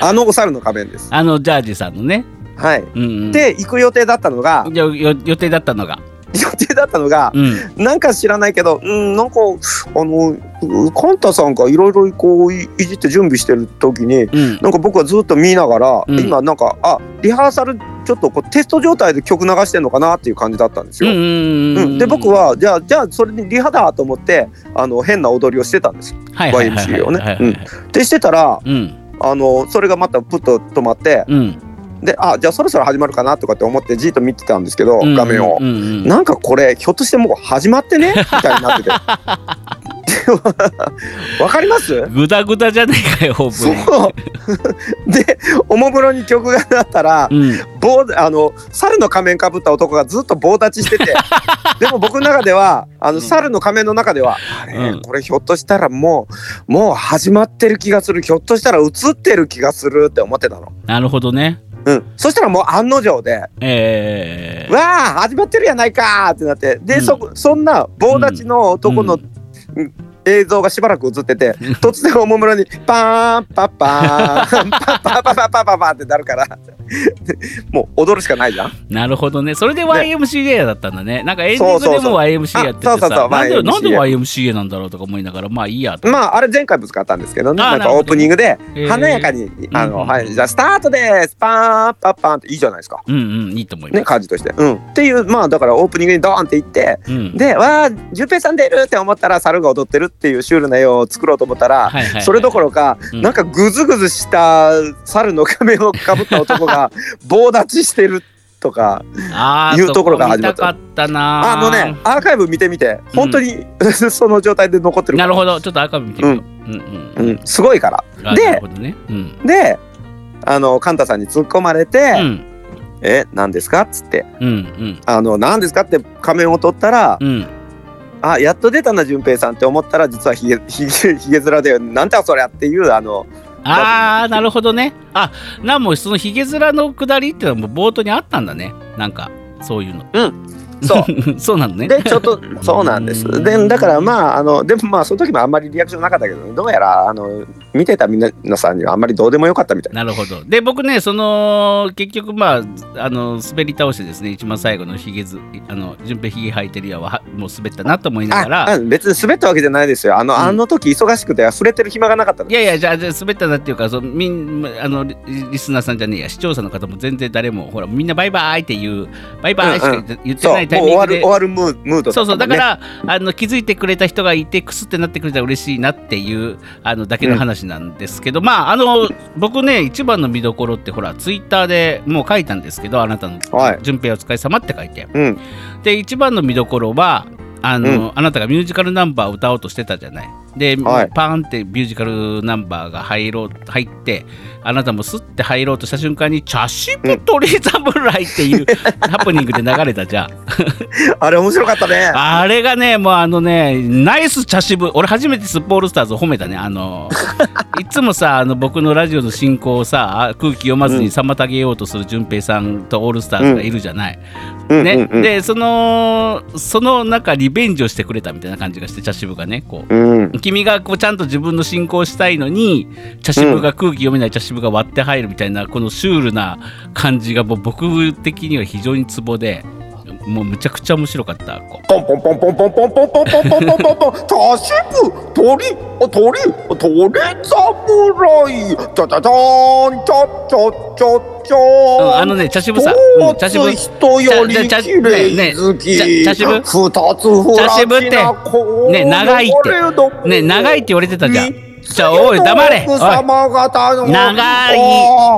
あのお猿の仮面です。
あのジャージさんのね。
はい、
うんうん
で行く予定だったのが
よよ予定だったのが。
予定だったのが、
うん。
なんか知らないけど、うん、なんか、あの、うカンタさんがいろいろこういいじって準備してる時に、
うん。
なんか僕はずっと見ながら、
うん
今なんか、あ、リハーサルちょっとこうテスト状態で曲流してんのかなっていう感じだったんです
うん
よ。
うんうん
う
うんん。
で僕はじゃあじゃあそれにリハだと思ってあの変な踊りをしてたんです
はいはいはいはい
YMCA をね
はいはいはい
でしてたら
うん。
あのそれがまたプッと止まって
うん。
であじゃあそろそろ始まるかなとかって思ってじっと見てたんですけど
うん
画面を
う、んうんうん。
なんかこれひょっとしてもう始まっ てねみたいになってて わかります
ぐだぐだじゃねえかよ、オー
そ
プ
うでおもむろに曲が鳴ったら
ン。うん。
棒あの猿の仮面かぶった男がずっと棒立ちし ててでも僕の中ではあの、
うん
猿の仮面の中ではあれ、
うん
これひょっとしたらもうもう始まってる気がするひょっとしたら映ってる気がするって思ってたの、
なるほどね。
うん、そしたらもう案の定で
え
「わあ始まってるやないか!」ってなってで、
うん
そそんな棒立ちの男の、
うん
うん映像がしばらく映ってて突然おもむろにパーンパッパーンパッパッパッパッパッパッパーンってなるからもう踊るしかないじゃん。
ー、なるほどね。それで YMCA だったんだね。なんかエンディング
そう
で
そうそ
も
う
YMCA やってて
あそうそうそ
さ、
う
なんで
YMCA
なんで YMCA なんだろうとか思いながら、まあいいやと。
まああれ前回ぶつかったんですけどね
あー
なん
なる
か
ほ
オ
ど
ープニングで
えー
華やかに、あ
うん
の、
うん
はいじゃあスタートですパーンパッパーンっていいじゃないですか
うんうん、いいと思います
ね。感じとして、うん、っていうまあだからオープニングにドーンっていって
うん。
でわあ淳平さん出るって思ったら猿が踊ってるっていうシュールな絵を作ろうと思ったら、
はいはいはい
それどころか、
うん
なんかグズグズした猿の仮面をかぶった男 が棒立ちしてるとか
ああ、
いうところが始まっ
そこ
た
見たかったな
あのね。アーカイブ見てみて本当に、 その状態で残ってる
な
から
るほど、ちょっと赤見てみよう。うん
う、ん、すごいから。
うん。あ
で
なるほどね。うん。
であのカンタさんに突っ込まれて
う
「
ん。
え何ですか?」っつって
うんうん
「あの何ですか?」って仮面を取ったら「
うん
あやっと出たな順平さん」って思ったら実はひげひげひげ面で「なんだそりゃ」っていうあの
ああなるほどねあなんもそのひげ面のくだりってのも冒頭にあったんだねなんかそういうの
そう
そうなのね
でちょっとそうなんですでだからまああのでもまあその時もあんまりリアクションなかったけど、ね、どうやらあの見てた皆さんにはあんまりどうでもよかったみたい
なるほど。で、僕ね、その、結局、まあ、あの、滑り倒してですね、一番最後のひげず、あの、順平ひげ生えてるやは、はもう滑ったなと思いなが
な。あ
ら、
うん別に滑ったわけじゃないですよあの,、
うん
あの時忙しくて触れてる暇がなかったの
いやいや、じゃあ、じゃあ滑ったなっていうか、そのみんあのリ、リスナーさんじゃねえや、視聴者の方も全然誰も、ほら、みんなバイバーイっていう、バイバーイしか言って言って
そう
な
もう
いタイ
終
ミン
わ
グ
る
で
終。わるムームード
そうそう
っ
だ
たもんね
から、あの気づいてくれた人がいてくすってなってくれたら嬉しいなっていうあのだけの話なんですけど、まああの僕ね一番の見どころってほらツイッターでもう書いたんですけどあなたの
はい
「順平お疲れ様って書いて
うん
で一番の見どころはあの、あなたがミュージカルナンバーを歌おうとしてたじゃない。で、
はい
パーンってミュージカルナンバーが入ろう入ってあなたもスッて入ろうとした瞬間に「茶渋鳥侍」って いうハプニングで流れたじゃん。
あれ面白かったね。
あれがね、もうあのね、ナイス茶渋。俺初めてスッポールスターズを褒めたね。あの、 いつもさ、あの僕のラジオの進行をさ、あ空気読まずに妨げようとする淳平さんとオールスターズがいるじゃない。
うん
ね、
うんうん
で、その、その中、リベンジをしてくれたみたいな感じがして、茶渋がね、こう。
うん、
君がこうちゃんと自分の進行をしたいのに茶渋が空気読めない茶渋が割って入るみたいな、このシュールな感じがもう僕的には非常にツボでもうむちゃくちゃ面白かったこう
ポンポンポンポンポンポンポンポンポンポンポンポンポン多シブ鳥お鳥お鳥侍チャチャチャンチャチャチャチャ
うん
ン
あのね、茶渋さん、うん茶渋、茶
人より
茶茶
綺麗好き
ねね茶茶渋
二つフラ
渋
チ
って
な子、
ね、長いって、ね、長いって言われてたじゃん。じゃあ、おい、黙れ、おい、
長
長い
い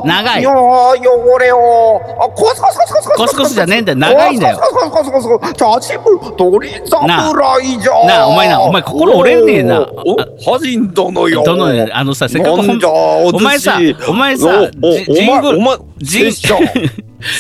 長い
よ汚れをあコスコスコスコスコス
コスコスじゃねえんだよ長いんだよ
コスコスコスコスコスコスチャチブ鳥侍じゃん
なあお前なお前心折れねえな
おお恥じん殿よ
どのね、あのさ、せっかく
な
本
んじゃお
お前さ
寿司
お前さ
おお
じ
お
ジングル
前お前
ジン
拙者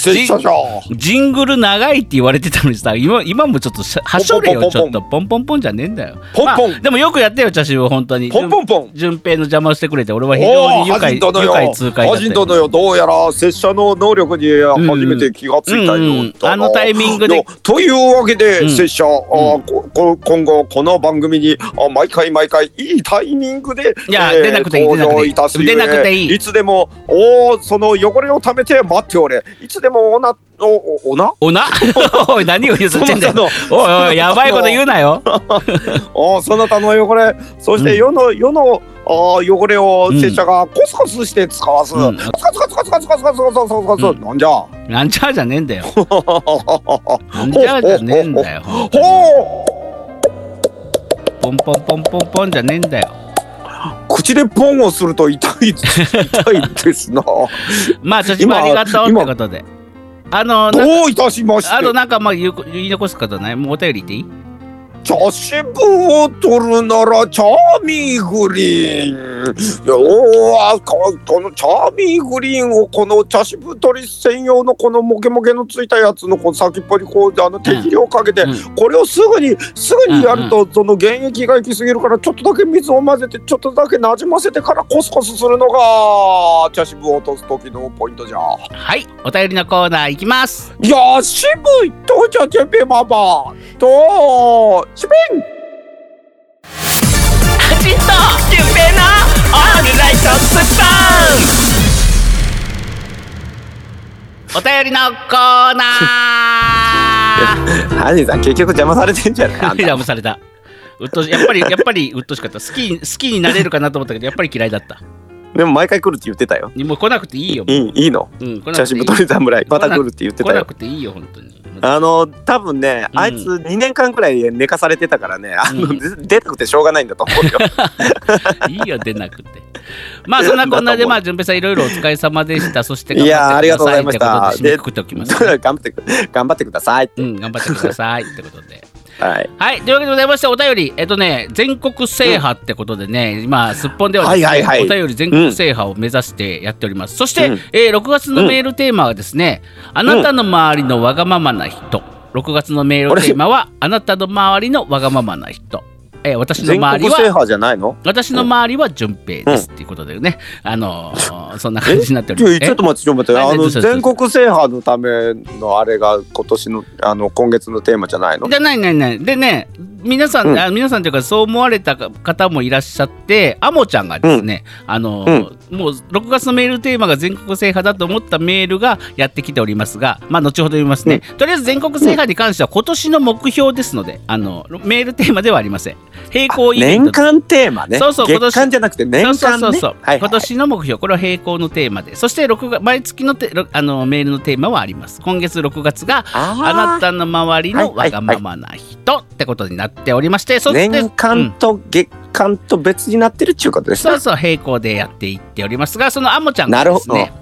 拙者じゃ
ジングル長いって言われてたのにさ、今今もちょっとしゃはしょれよ、ちょっと、ポンポンポンじゃねえんだよ。
ポンポン
まあでもよくやったよ、茶渋、本当に。
ポンポンポン
順平の邪魔をしてくれて、俺は非常
お
に
お
愉
ハ
快、
ジン
愉
殿よ
快痛快だ
ハ
った
ジン
よ
殿よどうやら拙者の能力に初めて気がついた
うんうんう
よ
ん
うだな
あのタイミングで
のというわけ
う
で
ん
拙者あーここ今後この番組にあ毎回毎回いいタイミングで
いや
えー
出なくていい
登場いたすゆえ
出なくていい出なくていい
いつでもおーその汚れをためて待っておれいつでもおな、お、お、おな
おな おい何を譲ってんだよ
その
おいおいやばいこと言うな よ
あそなたの汚れ、そして世の、世の、あー汚れを拙者がコツコツして使わす。
うん
コツコツコツコツコツコツコツコツコツコ
う
ツ。なんじゃ。ほ
なんちゃらじゃねえん だよなんちゃらじゃねえんだよ
う
ポンポンポンポンポンじゃねえんだよ
口でポンをすると痛い、痛いですな。ど
まあ、ちょちもありがとうってことで。 あの、な
ういたしまして
あ。となんかまあ言う言い残すことないもうお便りでいい
茶渋を取るならチャーミーグリーン。よあここのチャーミーグリーンをこの茶渋取り専用のこのモケモケのついたやつのこの先っぽにこうあの適量かけて、
うん
これをすぐにすぐにやると、その原液が行き過ぎるからちょっとだけ水を混ぜてちょっとだけなじませてからコスコスするのが茶渋を落とす時のポイントじゃ。
はい、お便りのコーナー行きます。
や渋いとじゃてべばばとしべん
アジトキュンペのオールライトスプーン。お便りのコー ナ
ハジさん結局邪魔されて んじゃないあん
ー。
た
ダムされた。うっとうしやっぱりやっぱりうっとうしかった。好きに好きになれるかなと思ったけどやっぱり嫌いだった。
でも毎回来るって言ってたよ
もう来なくていいよ。
いいいいの
うん、来な
写
くていい
真太り侍また来るって言って
来
た
な
よ
くていいよ本当に。
あの多分ね
うん
あいつ2年間くらい寝かされてたからねあの、
うん
出出たくてしょうがないんだと思うよ
いいよ出なくて。まあそんなこんな でまあ順平さんいろいろお疲れ様でした。そして
いやーありがとうございま
頑張
し
ってくださいってことで締めくくっ
た
ておきます、ね。
頑張ってく頑張ってください
うん頑張ってくださいってことで。
はい
はいというわけでございましてお便りえっとね全国制覇ってことでね、今すっぽんではですね、
はいはいはい
お便り全国制覇を目指してやっております。そして、
うん
えー6月のメールテーマはですね、あなたの周りのわがままな人。6月のメールテーマはあなたの周りのわがままな人。えー私の
全
周
国
りは
制覇じゃないの
私の周りは順平ですっていうことでね、あのーそんな感じになっており
ち
ます
ょ。ちょっと待ってちょっと待って
はい
あ
ど
の
うしたどうした
全国制覇のためのあれが今年のあの今月のテーマじゃないの
じゃないないないでね皆さん、
うん
あ皆さんというかそう思われた方もいらっしゃってアモちゃんがですね、あのーもう6月のメールテーマが全国制覇だと思ったメールがやってきておりますがまあ後ほど読みますね、とりあえず全国制覇に関しては今年の目標ですのであのメールテーマではありません並行イベント
年間テーマね
そうそう今年
月間じゃなくて年間ね
そうそうそうそう、
はいはい
今年の目標これは並行のテーマでそして6月毎月のテろあのメールのテーマはあります今月6月が
あー
あなたの周り
はい
の
はいは
わ
い
がままな人ってことになっておりましてそして
年間と月間と別になってるっちゅうことです
そ
ね
うそう並行でやっていっておりますがそのあもちゃんが
なる
で
ほ
す
ど
ね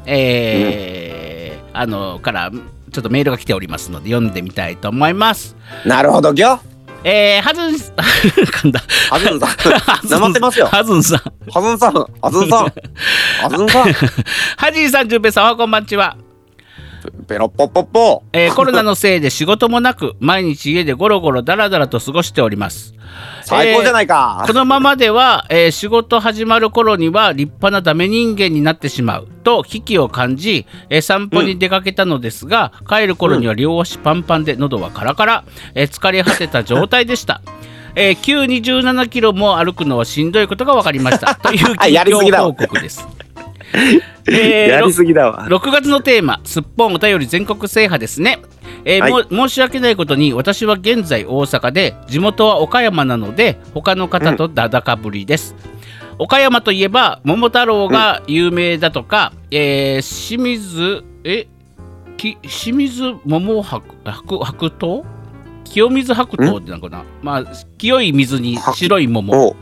えーあのからちょっとメールが来ておりますので読んでみたいと思います
なるほどギョ
えー、はずん 噛んだ
ハズンさんなまってますよ
はずん さん
ハズンさんハズンさんハズンさん
はじいさんじゅんぺいさんおはこんばんちは
ペロッポッポッポ
え ーコロナのせいで仕事もなく毎日家でゴロゴロダラダラと過ごしております
最高じゃないか、
このままでは、えー仕事始まる頃には立派なダメ人間になってしまうと危機を感じ、えー散歩に出かけたのですが、帰る頃には両足パンパンで喉はカラカラ、えー疲れ果てた状態で した。えー急に17キロも歩くのはしんどいことが分かりましたと いう
あや
近
りすぎ
況
だ
報告です。えー
やりすぎだわ
6月のテーマ「すっぽんお便り全国制覇」ですね、えー
はい
も申し訳ないことに私は現在大阪で地元は岡山なので他の方とだだかぶりです、岡山といえば桃太郎が有名だとか、えー清水えき清水桃白白白桃清水白桃ってなんかな、まあ清い水に白い桃
お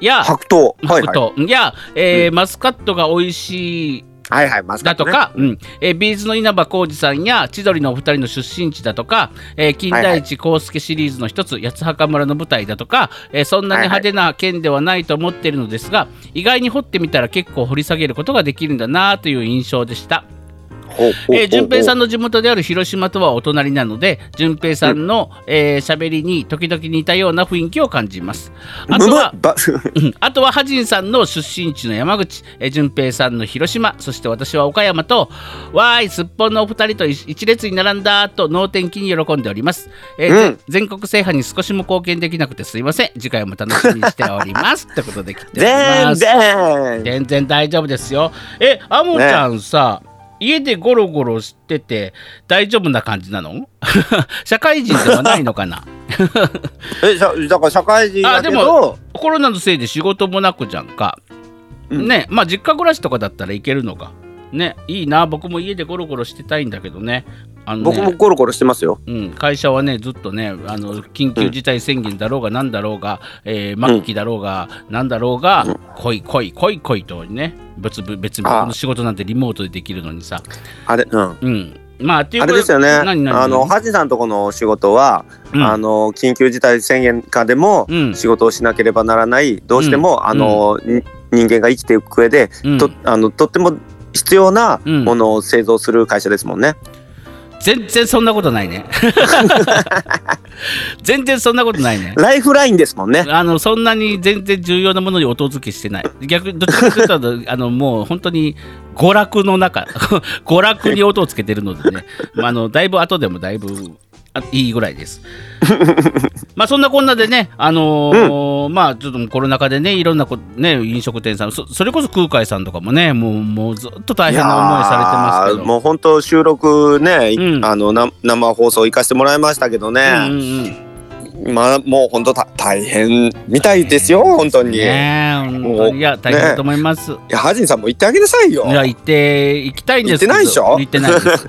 や白
白桃はいはい
桃、や、えーマスカットが美味しい
はいはいマスカッ
だ
ト
と
ね
か、うんえービーズの稲葉浩二さんや千鳥のお二人の出身地だとか、えー金田一光介シリーズの一つ、八幡村の舞台だとか、えーそんなに
はいはい
派手な県ではないと思っているのですが、意外に掘ってみたら結構掘り下げることができるんだなという印象でした。
ほうほうほう
えー、順平さんの地元である広島とはお隣なので順平さんの喋、えー、喋りに時々似たような雰囲気を感じます。あとは
むむば
うんあとはハジンさんの出身地の山口、えー、順平さんの広島、そして私は岡山と、わーい、すっぽんのお二人と一一列に並んだと能天気に喜んでおります、えーぜ
うん
全国制覇に少しも貢献できなくてすいません。次回も楽しみにしており ます。ということで来ており
全
ます。
然
全然大丈夫ですよ。え、アモちゃんさ、家でゴロゴロしてて大丈夫な感じなの 社会人ではないのかな
え、さだから社会人
あ
だ
で
け
も
ど、
コロナのせいで仕事もなくじゃんか、
うん
ねまあ実家暮らしとかだったらいけるのかねいいな僕も家でゴロゴロしてたいんだけどねあのね
僕もゴロゴロしてますよ。
うん、会社はねずっとねあの緊急事態宣言だろうがなんだろうが、えー末期だろうがなんだろうが、来い来い来い来いとね別々別々
ああ
この仕事なんてリモートでできるのにさ
あれ、うん。
うんまあっていう
あ
か
れですよね。
何何
あの、ハジさんとこの仕事は、
うん
あの、緊急事態宣言下でも
うん
仕事をしなければならない、どうしても、あの、に人間が生きていく上で、
うん
とあのとっても必要な
うん
ものを製造する会社ですもんね。
全然そんなことない ね全然そんなことないね
ライフラインですもんね。
あのそんなに全然重要なものに音付けしてない逆にどっちかというと あのもう本当に娯楽の中 娯楽に音をつけてるのでね、まあ、あのだいぶ後でもだいぶあいいぐらい です。まあそんなこんなでね、あのーまあちょっとコロナ禍でね、いろんなこ、ね、飲食店さんそ、それこそ空海さんとかもね、もうもうずっと大変な思いされてます
い
け
やー
ど。
もう本当収録ね、い
うん
あのな生放送行かせてもらいましたけど
う
ね、
んうんうん
まあもう本当た大変みたいですよ、本当に。
ねえ本当にいや大変だと思います。
いやハジンさんも行ってあげなさいよ。
いや行って行きたいんですけど
行ってないでしょ
行ってない です。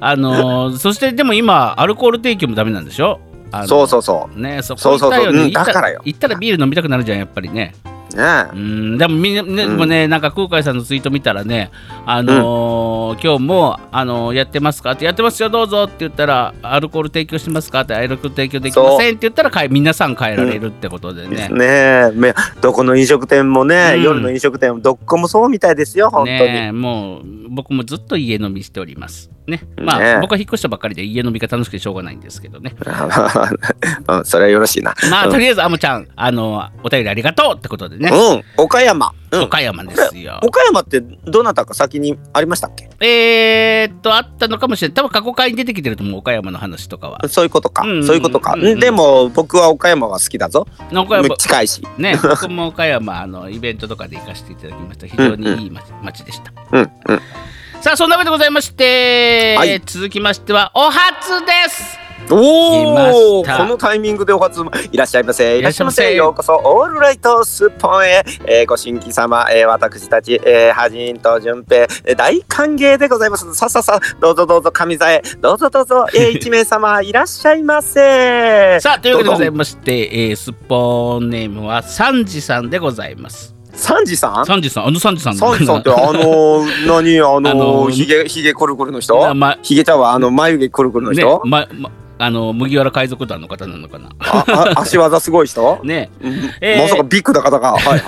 あのーそしてでも今アルコール提供もダメなんでしょ。あの
そうそうそ
ねそこ
そうそうそう
行ったよね
うん
行った
だからよ
行ったらビール飲みたくなるじゃんやっぱりね。
う。ね
う。んでもみんな、ね
うん
でもねなんか空海さんのツイート見たらねあのー今日もあのーやってますかってやってますよどうぞって言ったらアルコール提供しますかってアルコール提供できませんって言ったらかえ皆さん変えられるってことでね。
ねえめどこの飲食店もね、
うん
夜の飲食店もどこもそうみたいですよ本当に、
ねえもう僕もずっと家飲みしております。ね。まあ、
ねえ
僕は引っ越したばっかりで家飲みが楽しくてしょうがないんですけどね。
うんそれはよろしいな
まあとりあえずあもちゃんあのお便りありがとうってことでね。
うん岡山、うん、
岡山ですよ。
岡山ってどなたか先にありましたっけ
えー、っとあったのかもしれない。多分過去回に出てきてると思う岡山の話とかは。
そういうことか、
うん
そういうことか、
うんうん
でも僕は岡山は好きだぞ
岡山
近いし、
ね僕も岡山あのイベントとかで行かせていただきました。非常にいい街街でした。
うんうん、
さあそんなわけでございまして、
はい
続きましてはお初です。
おお
来ました
このタイミングでお初もいらっしゃいませ
い
い
らっ
らっ
し
し
ゃいま
ゃいま
せ
せようこそオールライトスッポンへ、えーご新規様、えー私たち、えー、はじんとじゅんぺい、えー大歓迎でございますさあさあさあどうぞどうぞ神座へどうぞどうぞ、 えー、1名様いらっしゃいま せ
さあというわけでございまして、えー、スッポンネームはサンジさんでございます。
サンジさん
サンジさん、あのサンジさん
サンジさん ってあのー何あ
あの
の
ー
ーひげひげコルコルの
あ
人
ま
ひげちゃんはあの眉毛コルコルの
ね
人、
ままあの麦わら海賊団の方なのかな。
ああ足技すごい 人、
ねえ
う
ー
んまさかビッグだかだかはい はい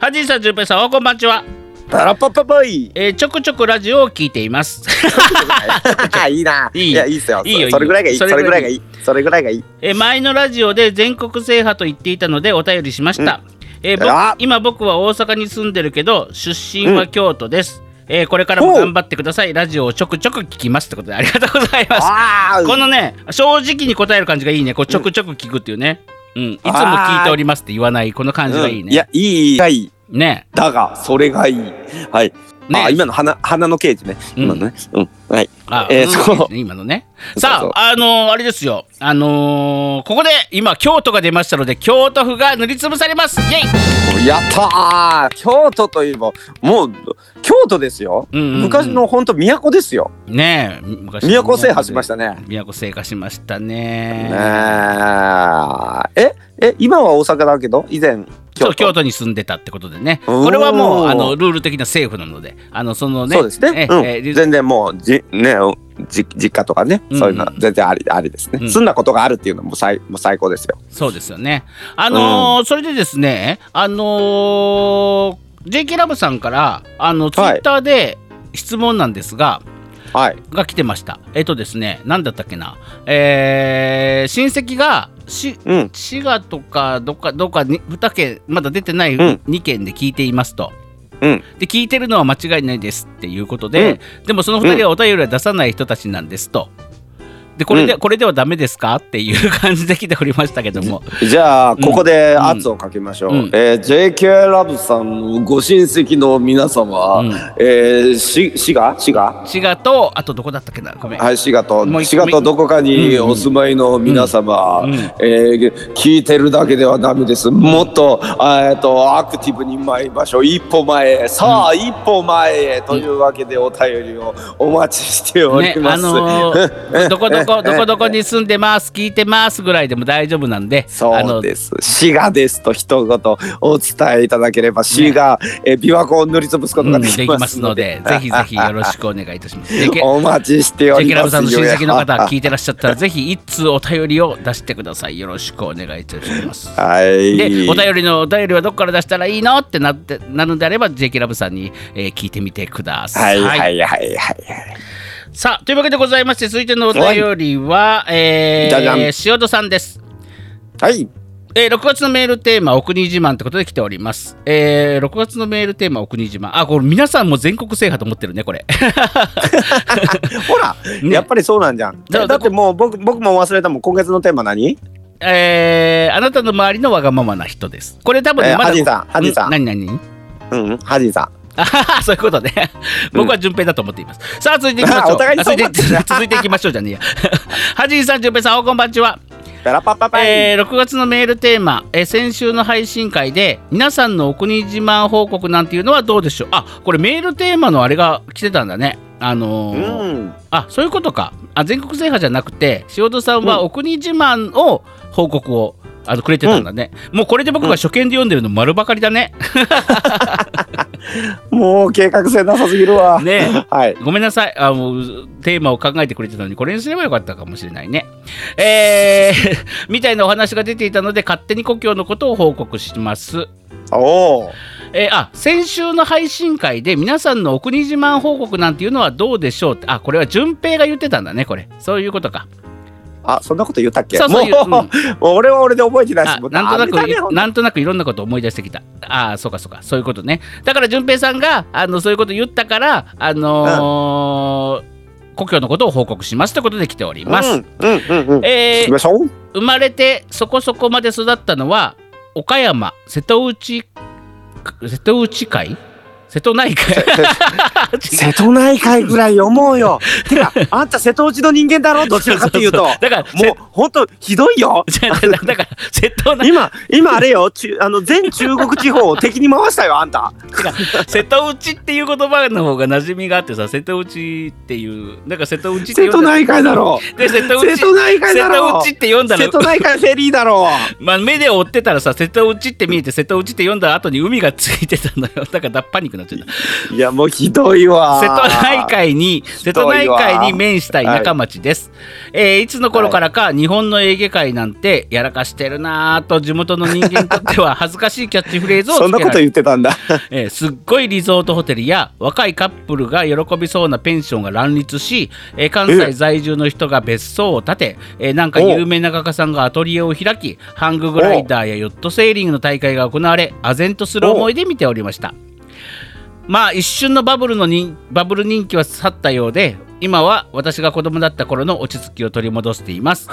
はじいさん、じゅんぺいさん、おこんばんちは、
パラパパパイ
えー。ちょくちょくラジオを聞いています。
いいないい
い
やいいっすよ
いいよ
それぐらいがいい
それ
それ
ぐ
ぐ
ら
ら
いがい
いがいいそれぐらいがいい
えー前のラジオで全国制覇と言っていたのでお便りしました、えー僕
あら
今僕は大阪に住んでるけど出身は京都です、えーこれからも頑張ってくださいラジオをちょくちょく聞きますってことでありがとうございます
ああ
このね正直に答える感じがいいねこうちょくちょく聞くっていうね、うんいつも聞いておりますって言わないこの感じがいい
うんい
ね
や、いいがいい
ね
だがそれがいいはい
ね
あ今の花花の刑事ね
うん
今のねうんはい
あ、
えー
うん
そう
いいですね今のねさあ
そうそう
あのーあれですよあのーここで今京都が出ましたので京都府が塗りつぶされますイェイ
やったー京都といえばもう京都ですよ、
うんうんうん
昔の本当都ですよ
ねえ昔
都制覇しましたたね。
都制覇しました
ね
ね
えええ今は大阪だけど以前
京都
京都
京都に住んでたってことでね
おー
これはもうあのルール的な政府なのであのそのね
そうですね、
え
うん
えー
全然もうじねじ実家とかね、
うん
そういうのは全然ありありですね、
うん
住んだことがあるっていうのも最もう最高ですよ。
そうですよね。あのーそれでですね、あのー、JK ラブさんから、あの、ツイ
はい
ッターで質問なんですが、
はい
が来てました。えっとですね、なんだったっけな、えー、親戚が、し
うん
滋賀とかどっかどっかに2県まだ出てない
うん
2県で聞いていますと、
うん
で聞いてるのは間違いないですっていうことで、でもその2人はお便りは出さない人たちなんですと、でこれで、これではダメですかっていう感じで来ておりましたけども、
じゃあ
ん
ここで圧をかけましょ
う
う、
ん
えー JK ラブさんのご親戚の皆様、
うん
えー、し滋賀滋賀
滋賀とあとどこだったっけなごめん、
はい滋賀と
もう一
滋賀とどこかにお住まいの皆様、
うんうん
えー聞いてるだけではダメですもっとあーえっとアクティブに参りましょう一歩前へさあ、一歩前へというわけでお便りをお待ちしてお
ね
りま
あ
す、
の ーどこどこどこどこに住んでます聞いてますぐらいでも大丈夫なんであ
そ
の
うです。滋賀ですと一言お伝えいただければ、滋賀、えー琵琶湖を塗りつぶすこと
う
が
ん
で
で
き
き
ま
ますす
の
の
で
で、ぜひぜひよろしくお願いいたします。 ジェケ
お待ちしてお
ジェ
り
ケラ
ま
ブ
す
さんの親戚の方、聞
い
いてらっしゃったら、ぜひ一通お便りを出してください。よろしくお願いいたします。
はい。
で、お便りのお便りはどこから出したらいいのってなってなのであれば、ジェケラブさんに、えー聞いてみてくだ
は
さ
い
い。
はいはいはいはい。
さあ、というわけでございまして、続いてのお便りは、えー
じゃじゃん
塩戸さんです。
はい。
えー6月のメールテーマ、お国自慢ってことで来ております。えー6月のメールテーマ、お国自慢。あ、これ皆さんも全国制覇と思ってるね、これ。
ほら、
ね
やっぱりそうなんじゃ
だ
ん。
から
だってもう僕僕も忘れたもん。今月のテーマ何？
えーあなたの周りのわがままな人です。これ多分ね、
えー
まだ
ハジさんハジさん
何何
うんうん、ハジさん。
あはは そういうことね。僕は順平だと思っています。さあ、続いていきましょう。
お互いに
あ
そう
続
思
い
って
て
るな
続いていきましょうじゃねえや。 はじいさん、順平さん、おこんばんちは。
ペラパパパイ。
えー6月のメールテーマ、えー先週の配信会で皆さんのお国自慢報告なんていうのはどうでしょうあこれメールテーマのあれが来てたんだねあのー
うん。
あそういうことかあ全国制覇じゃなくて塩戸さんはお国自慢を報告をあのくれてたんだね、もうこれで僕が初見で読んでるの丸ばかりだね
もう計画性なさすぎるわ。
ねえ
はい。
ごめんなさいあもうテーマを考えてくれてたのにこれにすればよかったかもしれないねえー みたいなお話が出ていたので勝手に故郷のことを報告します
おお。
えーあ先週の配信会で皆さんのお国自慢報告なんていうのはどうでしょうってあこれは順平が言ってたんだねこれそういうことか
あ、そんなこと言ったっけ？
そうそう
も
言う
う、
うん
もう俺は俺で覚えてない
あ
し、もう
なんと
ダ
な
メだねほん
く、なんとなくいろんなこと思い出してきた。ああ、そうかそうか、そういうことね。だから、淳平さんがあのそういうこと言ったから、あのー故郷のことを報告しますということで来ております。
うんうんうんうん。
え
行き
ー
ましょう。
生まれてそこそこまで育ったのは、岡山、瀬戸内、瀬戸内海瀬戸内 海違う
瀬戸内海ぐらい思 うよ。てか、あんた瀬戸内の人間だろどちらかっていうと。
だから、
もうほんとひどい よ。
せだから、瀬戸内
今、今あれよ、ちゅあの全中国地方を敵に回したよ、あんた。
瀬戸内っていう言葉の方が馴染みがあってさ、瀬戸内っていう、なんか瀬戸内って
瀬
呼
戸
んだ
内海だろ。
で瀬戸
瀬
内
戸内海
瀬
だ
戸
ろ。
内って読んだ
瀬戸
ら、
内海フェリーだろ。
まあ、目で追ってたらさ瀬戸内って見えて瀬戸内って読んだ後に海がついてたのよだ からダッパニックになっちゃった
いや、もうひどいわ。
瀬戸内海に瀬戸内海に面した田舎町です、いえーいつの頃からか日本のエーゲ海なんてやらかしてるなぁと地元の人間にとって は恥ずかしいキャッチフレーズをつけ
そん
ら
な
れ
こと言ってたんだ。
えーすっごいリゾートホテルや若いカップルが喜びそうなペンションが乱立し、えー関西在住の人が別荘を建て、えーなんか有名な画家さんがアトリエを開きハンググライダーやヨットセーリングの大会が行われ唖然とする思いで見ておりましたまあ一瞬のバブルのにバブル人気は去ったようで今は私が子供だった頃の落ち着きを取り戻しています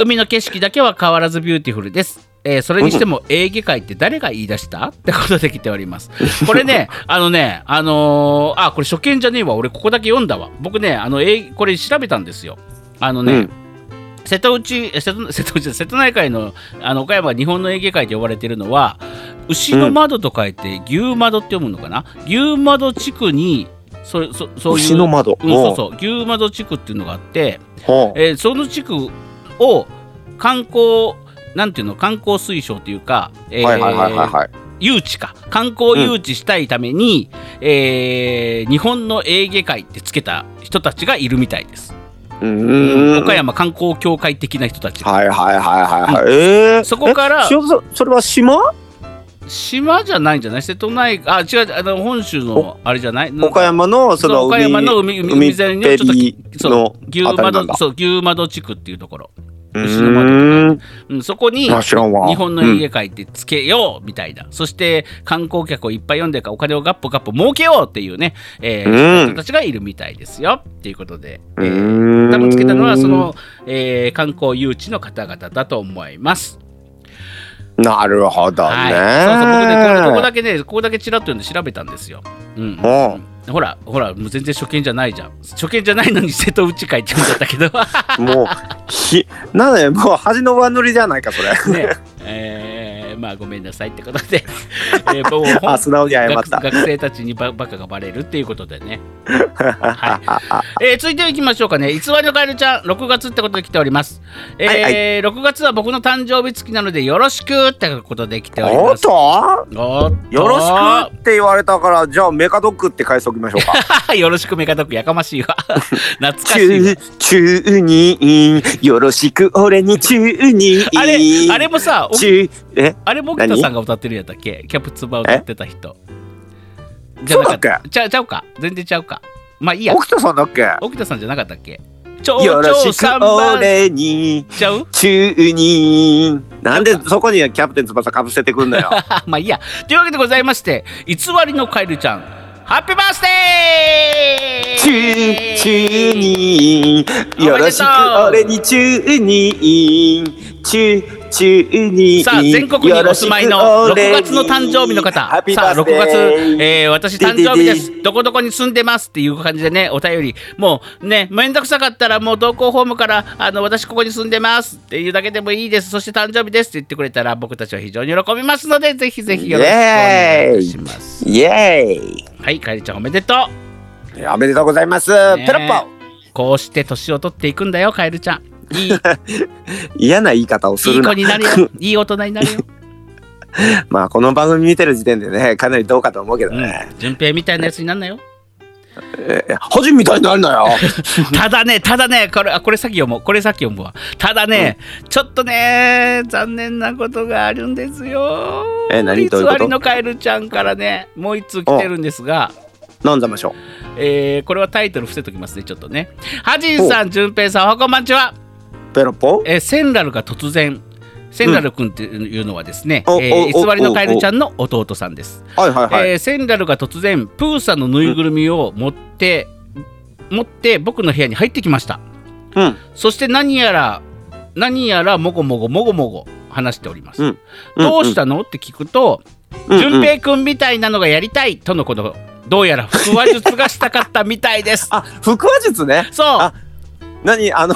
海の景色だけは変わらずビューティフルです、えーそれにしてもエーゲ海って誰が言い出したってことで来ておりますこれね あのねあのーあこれ初見じゃねえわ俺ここだけ読んだわ僕ねあの、えーこれ調べたんですよあのね、
うん
瀬戸内え瀬戸瀬戸内瀬戸内海のあの岡山は日本のエーゲ海と呼ばれているのは牛の窓と書いて牛窓って読むのかな、牛窓地区にそそそういう
牛の窓。
うん、そうそう牛窓地区っていうのがあって、
ほう
えーその地区を観光なんていうの観光推奨というか、えー
はいはいはいはいはい。
誘致か観光誘致したいために、えー日本のエーゲ海ってつけた人たちがいるみたいです、
うんうんうん
岡山観光協会的な人たち、
はいはいはいはいはい。えー
そこから
え塩田さんそれは島？
島じゃないんじゃない瀬戸内あ違うあの本州のあれじゃないなんか
岡山のそ
そう
の
岡
海
山の海海
海
海沿いにね
ペリー
ちょっと
の
そう
あ
牛
たりなん
窓
だ
そう牛窓地区っていうところ
う
牛の窓
ーん。
うん、そこに
あ知らんわ。
日本の家書いてつけようみたいな、そして観光客をいっぱい読んでるからお金をガッポガッポ儲けようっていうね、えー
うん
人たちがいるみたいですよっていうことで、え
う
ー
んうーん
多分つけたのはその、えー観光誘致の方々だと思います。
なるほどね。
はい、そうそう僕ねこれここだけねここだけちらっと読んで調べたんですよ。うん、
おう
ほらほらもう全然初見じゃないじゃん初見じゃないのに瀬戸内海って読んじゃったけ ど。
もう、ひ、なんだよ、もう恥の輪塗りじゃないか、それ。
ねえーまあごめんなさいってこと で、えーもうほん
あ、素直に謝っ
学
た。
学生たちにババカがバレるっていうことで ね、はいえー続いていきましょうかね偽りのカエルちゃん6月ってことで来ております、えー
はいはい
6月は僕の誕生日付きなのでよろしくってことで来ており
お
ま
っ
す
と
おっと
よろしくって言われたから、じゃあメカドックって返しておきましょう か。
くよろしくメカドックやかましいわ 懐かしいわ
中、中に、よろしく俺に中に。
あれあれもさお
中、え
あれも沖田さんが歌ってるやったっけキャプツバ歌ってた人じゃ
そう
な
だ
か
っ
った
け
ちゃちゃうか全然ちゃうかまあいいや
沖田さんだっけよ
沖田さんじゃなかったっけちょ
ろ
ちょ
しく
三番
俺に、
ちゃう
中に。なんでそこにキャプテン翼かぶせてくんだよ。
まあいいやというわけでございまして偽りのカエルちゃんハッピーバースデー
チューチューニーよろしく俺にチューニーチューチューニー
さあ全国にお住まいの6月の誕生日の方
ハッピー
さ
バ
あ
ース
6
デー
月、えー私誕生日ですどこどこに住んでますっていう感じでねお便りもうね面倒くさかったらもう同行ホームからあの私ここに住んでますっていうだけでもいいですそして誕生日ですって言ってくれたら僕たちは非常に喜びますのでぜひぜひよろしくお願いいたします
イエーイ
はいかえりちゃんおめでとう
おめでとうございます
ねえ
ペラッパ
こうして年を取っていくんだよかえるちゃんい い
嫌な言い方をす
いい
る
子
な
になるよいい大人になるよ、
まあこの番組見てる時点でねかなりどうかと思うけど
うん
ね、
順平みたいなやつになんなよ
ええ恥みたいになるなよ
ただね、ただね、これ、あこれ先読もう、これ先読むわ。ただね、ちょっとね、残念なことがあるんですよ。
え何どういうこと
偽りのカエルちゃんからね、もう一通来てるんですが、
飲んざましょ
えーこれはタイトル伏せときますね、ちょっとね。ハジンさん、淳平さん、おはこんばんちは。
うペロッポ
えーセンラルが突然。センラル君っていうのはですね、
うんお
えー
おお
偽りのカエルちゃんの弟さんです。
はいはいはい、
えーセンダルが突然プーさんのぬいぐるみを持って、持って僕の部屋に入ってきました、
うん
そして何やら何やらもごもごもごもご話しております、
うん
どうしたのって聞くと「
うん
淳、平くんみたいなのがやりたい」とのことどうやら腹話術がしたかったみたいです
あ腹話術ね
そう
あ何あの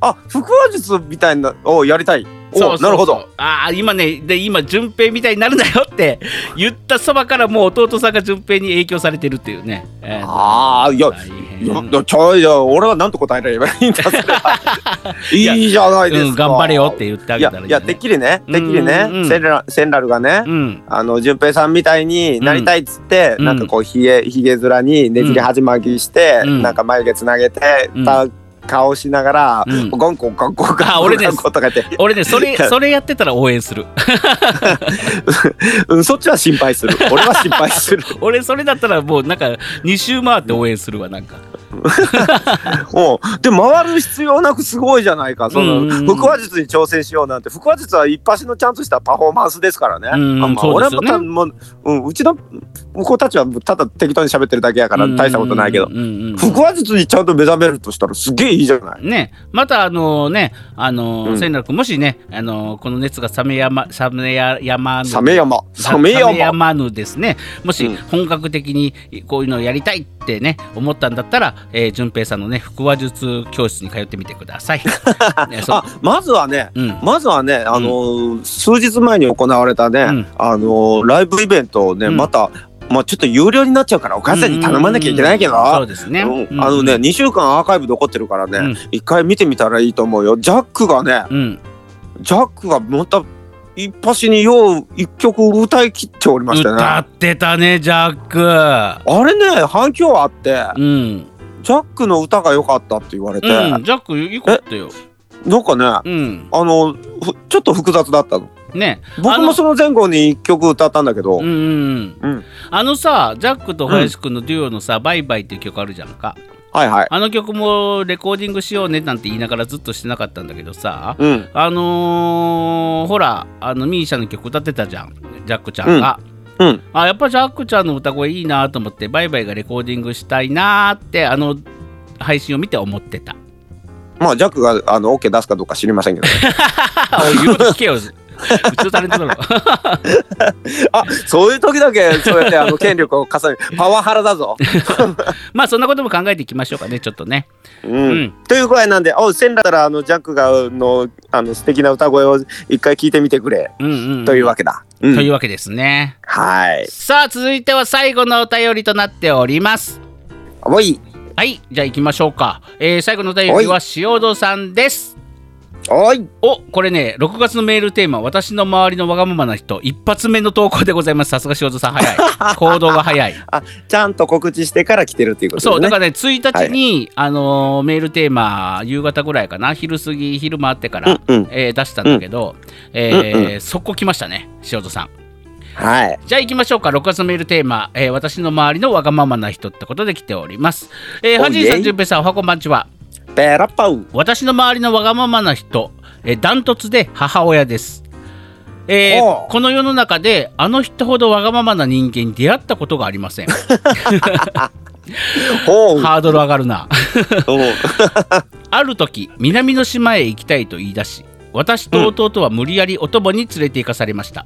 あ腹話術みたいなをやりたいお
そうそうそう
なるほど
ああ今ねで今淳平みたいになるなよって言ったそばからもう弟さんが淳平に影響されてるっていうね、えー
ああいや
大変
いやちょいよ俺はなんと答えればいいんだそれは いいじゃないです
う
か、
ん、頑張れよって言ってあ
い
げ
や
たらいい、ね、
いやてっきりねてっきりね、
うんうん
センラセンラルがね、
うん、
あの順平さんみたいになりたいっつって、
うん
なんかこうひげひげ面にねじり始まりして、
うん
なんか眉毛つなげて
うん
た顔しながら、
うん
ゴンコンゴンコンゴンコン
あ俺です
ゴンコンとか言って、
俺ねそ れそれやってたら応援する
うん、そっちは心配する俺は心配する
俺それだったらもうなんか2周回って応援するわなんか
おうで回る必要なくすごいじゃないかその、
うんうんうん
腹話術に挑戦しようなんて腹話術は一発のちゃんとしたパフォーマンスですからね。
うん
まあまあ
そうですよね
俺はまたもう、うん、うちの向こうたちはただ適当に喋ってるだけやから大したことないけど
うん、うん
腹話術にちゃんと目覚めるとしたらすげえいいじゃない。
ねまたあのねあのー
うん
千奈君もしねあのーこの熱が冷めやま冷めややまぬ
サメ山サメ
冷めや
山
まぬですねもし
うん
本格的にこういうのをやりたいってね思ったんだったら、えー、順平さんのね腹話術教室に通ってみてくだ さい、ねそう
あまずはね、
うん
まずはね、あのー数日前に行われたね、
ん
あのーライブイベントをね、
うん
また、まあ、ちょっと有料になっちゃうからお母さんに頼まなきゃいけないけど、
うんそうですね、
うんあのね、2週間アーカイブ残ってるから
うん
ね、一回見てみたらいいと思うよジャックがね
うん、
ジャックがまた一発によう一曲歌い切っておりました
歌
ね
ってたねジャック
あれね反響あって
うん、
ジャックの歌が良かったって言われ
う
て、
ん、ジャックよかったよ
なんかねあ
うん
のふちょっと複雑だったの
ねあ
僕
の
もその前後に一曲歌ったんだけど、
うんうんうん
うん
あのさジャックと林くんのデュオのさ「バイバイ」っていう曲あるじゃんか
はいはい。
あの曲もレコーディングしようねなんて言いながらずっとしてなかったんだけどさ、
うん。
あのーほらあのミーシャの曲歌ってたじゃんジャックちゃんが、
うんうん
あやっぱジャックちゃんの歌声いいなと思ってバイバイがレコーディングしたいなーってあの配信を見て思って た
まあ、ジャックが、あの、オッケー出すかどうか知りませ んけど、ね。
おい言うこと聞けようちの タレントだろ
あ、そういう時だけ、そうやって、あの、権力を重ね、パワハラ だぞ。
まあそんなことも考えていきましょうかねちょっとね
う
うん、
ん。という具合なんで、おう、せんだったら、あの、ジャックが、の、あの、素敵な歌声を一回聞いてみてくれ。
うんうんうん
というわけだ。う
とい
ん。
うわけですね
はい。
さあ続いては最後のお便りとなっております
おい。
はいじゃあ行きましょうか、えー最後のお便りは塩戸さんです
おい。
おこれね6月のメールテーマ「私の周りのわがままな人」一発目の投稿でございますさすが塩津さん早い 行動が早い
ちゃんと告知してから来てるっていうこと
そうだ
で
か
すね。
らね1日に、あのーメールテーマ夕方ぐらいかな昼過ぎ昼回ってから、
うんうん。
えー出したんだけど、えー速攻来ましたね塩津さん
はい。
じゃあ行きましょうか6月のメールテーマ、えー私の周りのわがままな人」ってことで来ておりますえー、
お
はじいさ
イェ
ん
イ
じゅんぺいさんおはこんばんちは
ペラパウ。
私の周りのわがままな人、えーダントツで母親です、えー
おう
この世の中であの人ほどわがままな人間に出会ったことがありません
ほう。
ハードル上がるな
ほう
ある時南の島へ行きたいと言い出し私と弟は無理やりお供に連れて行かされました、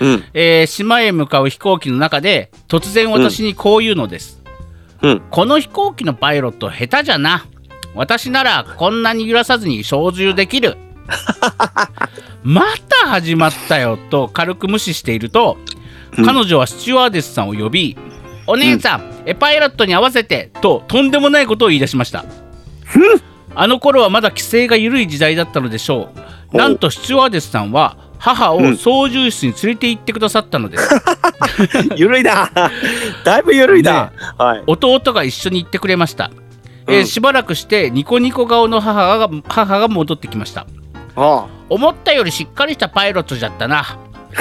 うん。
えー島へ向かう飛行機の中で突然私にこう言うのです、
うん
この飛行機のパイロット下手じゃな私ならこんなに揺らさずに操縦できる また始まったよと軽く無視していると
うん
彼女はスチュワーデスさんを呼び、お姉さん、えパイロットに合わせてととんでもないことを言い出しましたあの頃はまだ規制が緩い時代だったのでしょう
お
なんとスチュワーデスさんは母を操縦室に連れて行ってくださったのです、
ゆるいな。 だいぶゆるいな。はい。
弟が一緒に行ってくれました、えー
うん
しばらくしてニコニコ顔の母が母が戻ってきました
あ
思ったよりしっかりしたパイロットじゃったな、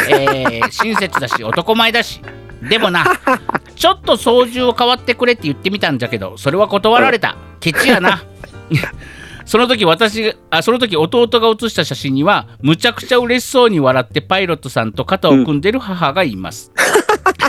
えー親切だし男前だしでもなちょっと操縦を変わってくれって言ってみたんじゃけどそれは断られたケチやなその時私があその時弟が写した写真にはむちゃくちゃ嬉しそうに笑ってパイロットさんと肩を組んでる母がいます、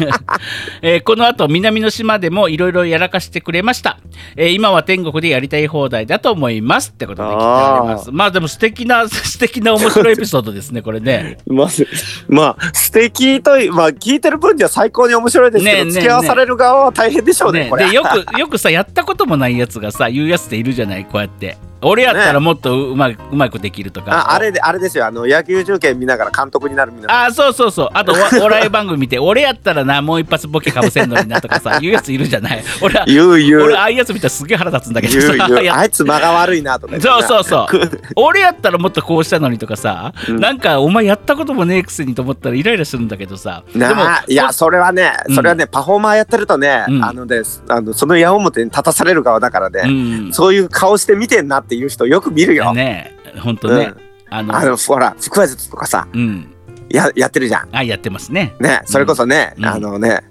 えーこの後南の島でもいろいろやらかしてくれました、えー今は天国でやりたい放題だと思いますってことで来ておりますまあでも素敵な素敵な面白いエピソードですねこれね
まあ、すまあ、素敵という、まあ、聞いてる分には最高に面白いですけど、
ねえねえ
付き合わされる側は大変でしょうね、
ね
これ。
でよくよ くさやったこともないやつがさ言うやつっているじゃないこうやって俺やったらもっとうま,、うまくできるとか
ああれで、あれですよ、あの、野球中継見ながら監督になるみたいな。
あそうそうそう あとおお笑い番組見て俺やったらなもう一発ボケかぶせんのになとか さ言うやついるじゃない俺は
言う言う
俺。ああいうやつ見たらすげえ腹立つんだけど
言
さ
う言 う。
やっ
あいつ間が悪いなとか。
そうそうそう。俺やったらもっとこうしたのにとかさ、
うん
なんかお前やったこともねえくせにと思ったらイライラするんだけどさ。でも
なあいやそれはね、
うん
それはねパフォーマーやってるとね、
うん
あのですあのその矢面に立たされる側だから
う
ね、
ん、
そういう顔して見てんなっていう人よく見るよ、
ねえ、本当ね、あの、
あのほら腹話術とかさ
うん、
ややってるじゃん
あやってますね。
ねそれこそね、
うん
あのね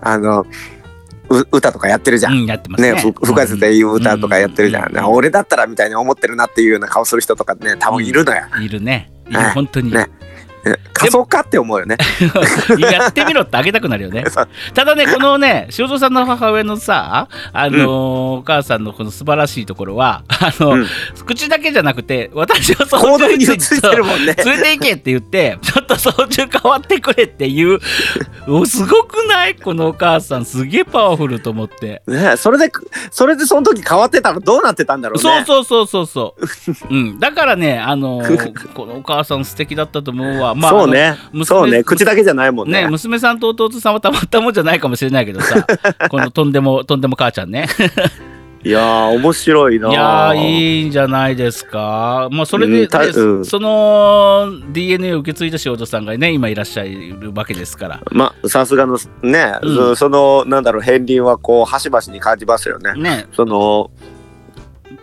あのう歌とかやってるじゃ、
うんん、やってます
ね
ね。
ふ腹話術でいう歌とかやってるじゃん、
うんうん
俺だったらみたいに思ってるなっていうような顔する人とかね多分いるのよ、
いるね。い
は
る
い
本当に、
ね仮想かって思うよね
やってみろってあげたくなるよね
そう
ただねこのね塩蔵さんの母親のさあのーお母さんのこの素晴らしいところはあの、
うん
口だけじゃなくて私は
行動に移ってるもんね
連れて行けって言ってちょっと操縦変わってくれっていうおすごくないこのお母さんすげえパワフルと思って。
ねそれでそれでその時変わってたらどうなってたんだろうね
そうそうそうそう そう、うん、だからねあのーこのお母さん素敵だったと思う わまあ
そうね
あの。
そう
娘
ね。口だけじゃないもんね。
ね娘さんと弟さんはたま ったもんじゃないかもしれないけど さこのとんでもとんでも母ちゃんね
いやー、面白い
い
な
や
ー。
ーいいんじゃないですかまあそれで、
うんた
ね
うん
その DNA を受け継いだ塩田さんがね今いらっしゃるわけですから
まあ、さすがのね、
うん
そその、なんだろう、片鱗はこう、端々に感じますよね。
ね
その、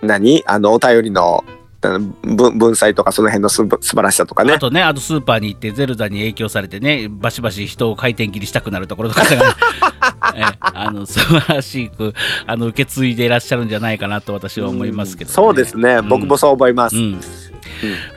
何あの、お便りの、あの文文才とか、その辺のすば素晴らしさとかね
あ。とねあとスーパーに行って ゼルダに影響されてねバシバシ人を回転切りしたくなるところとかが、えああの素晴らしくあの受け継いでいらっしゃるんじゃないかなと私は思いますけど、
そうですね、僕もそう思います、
うん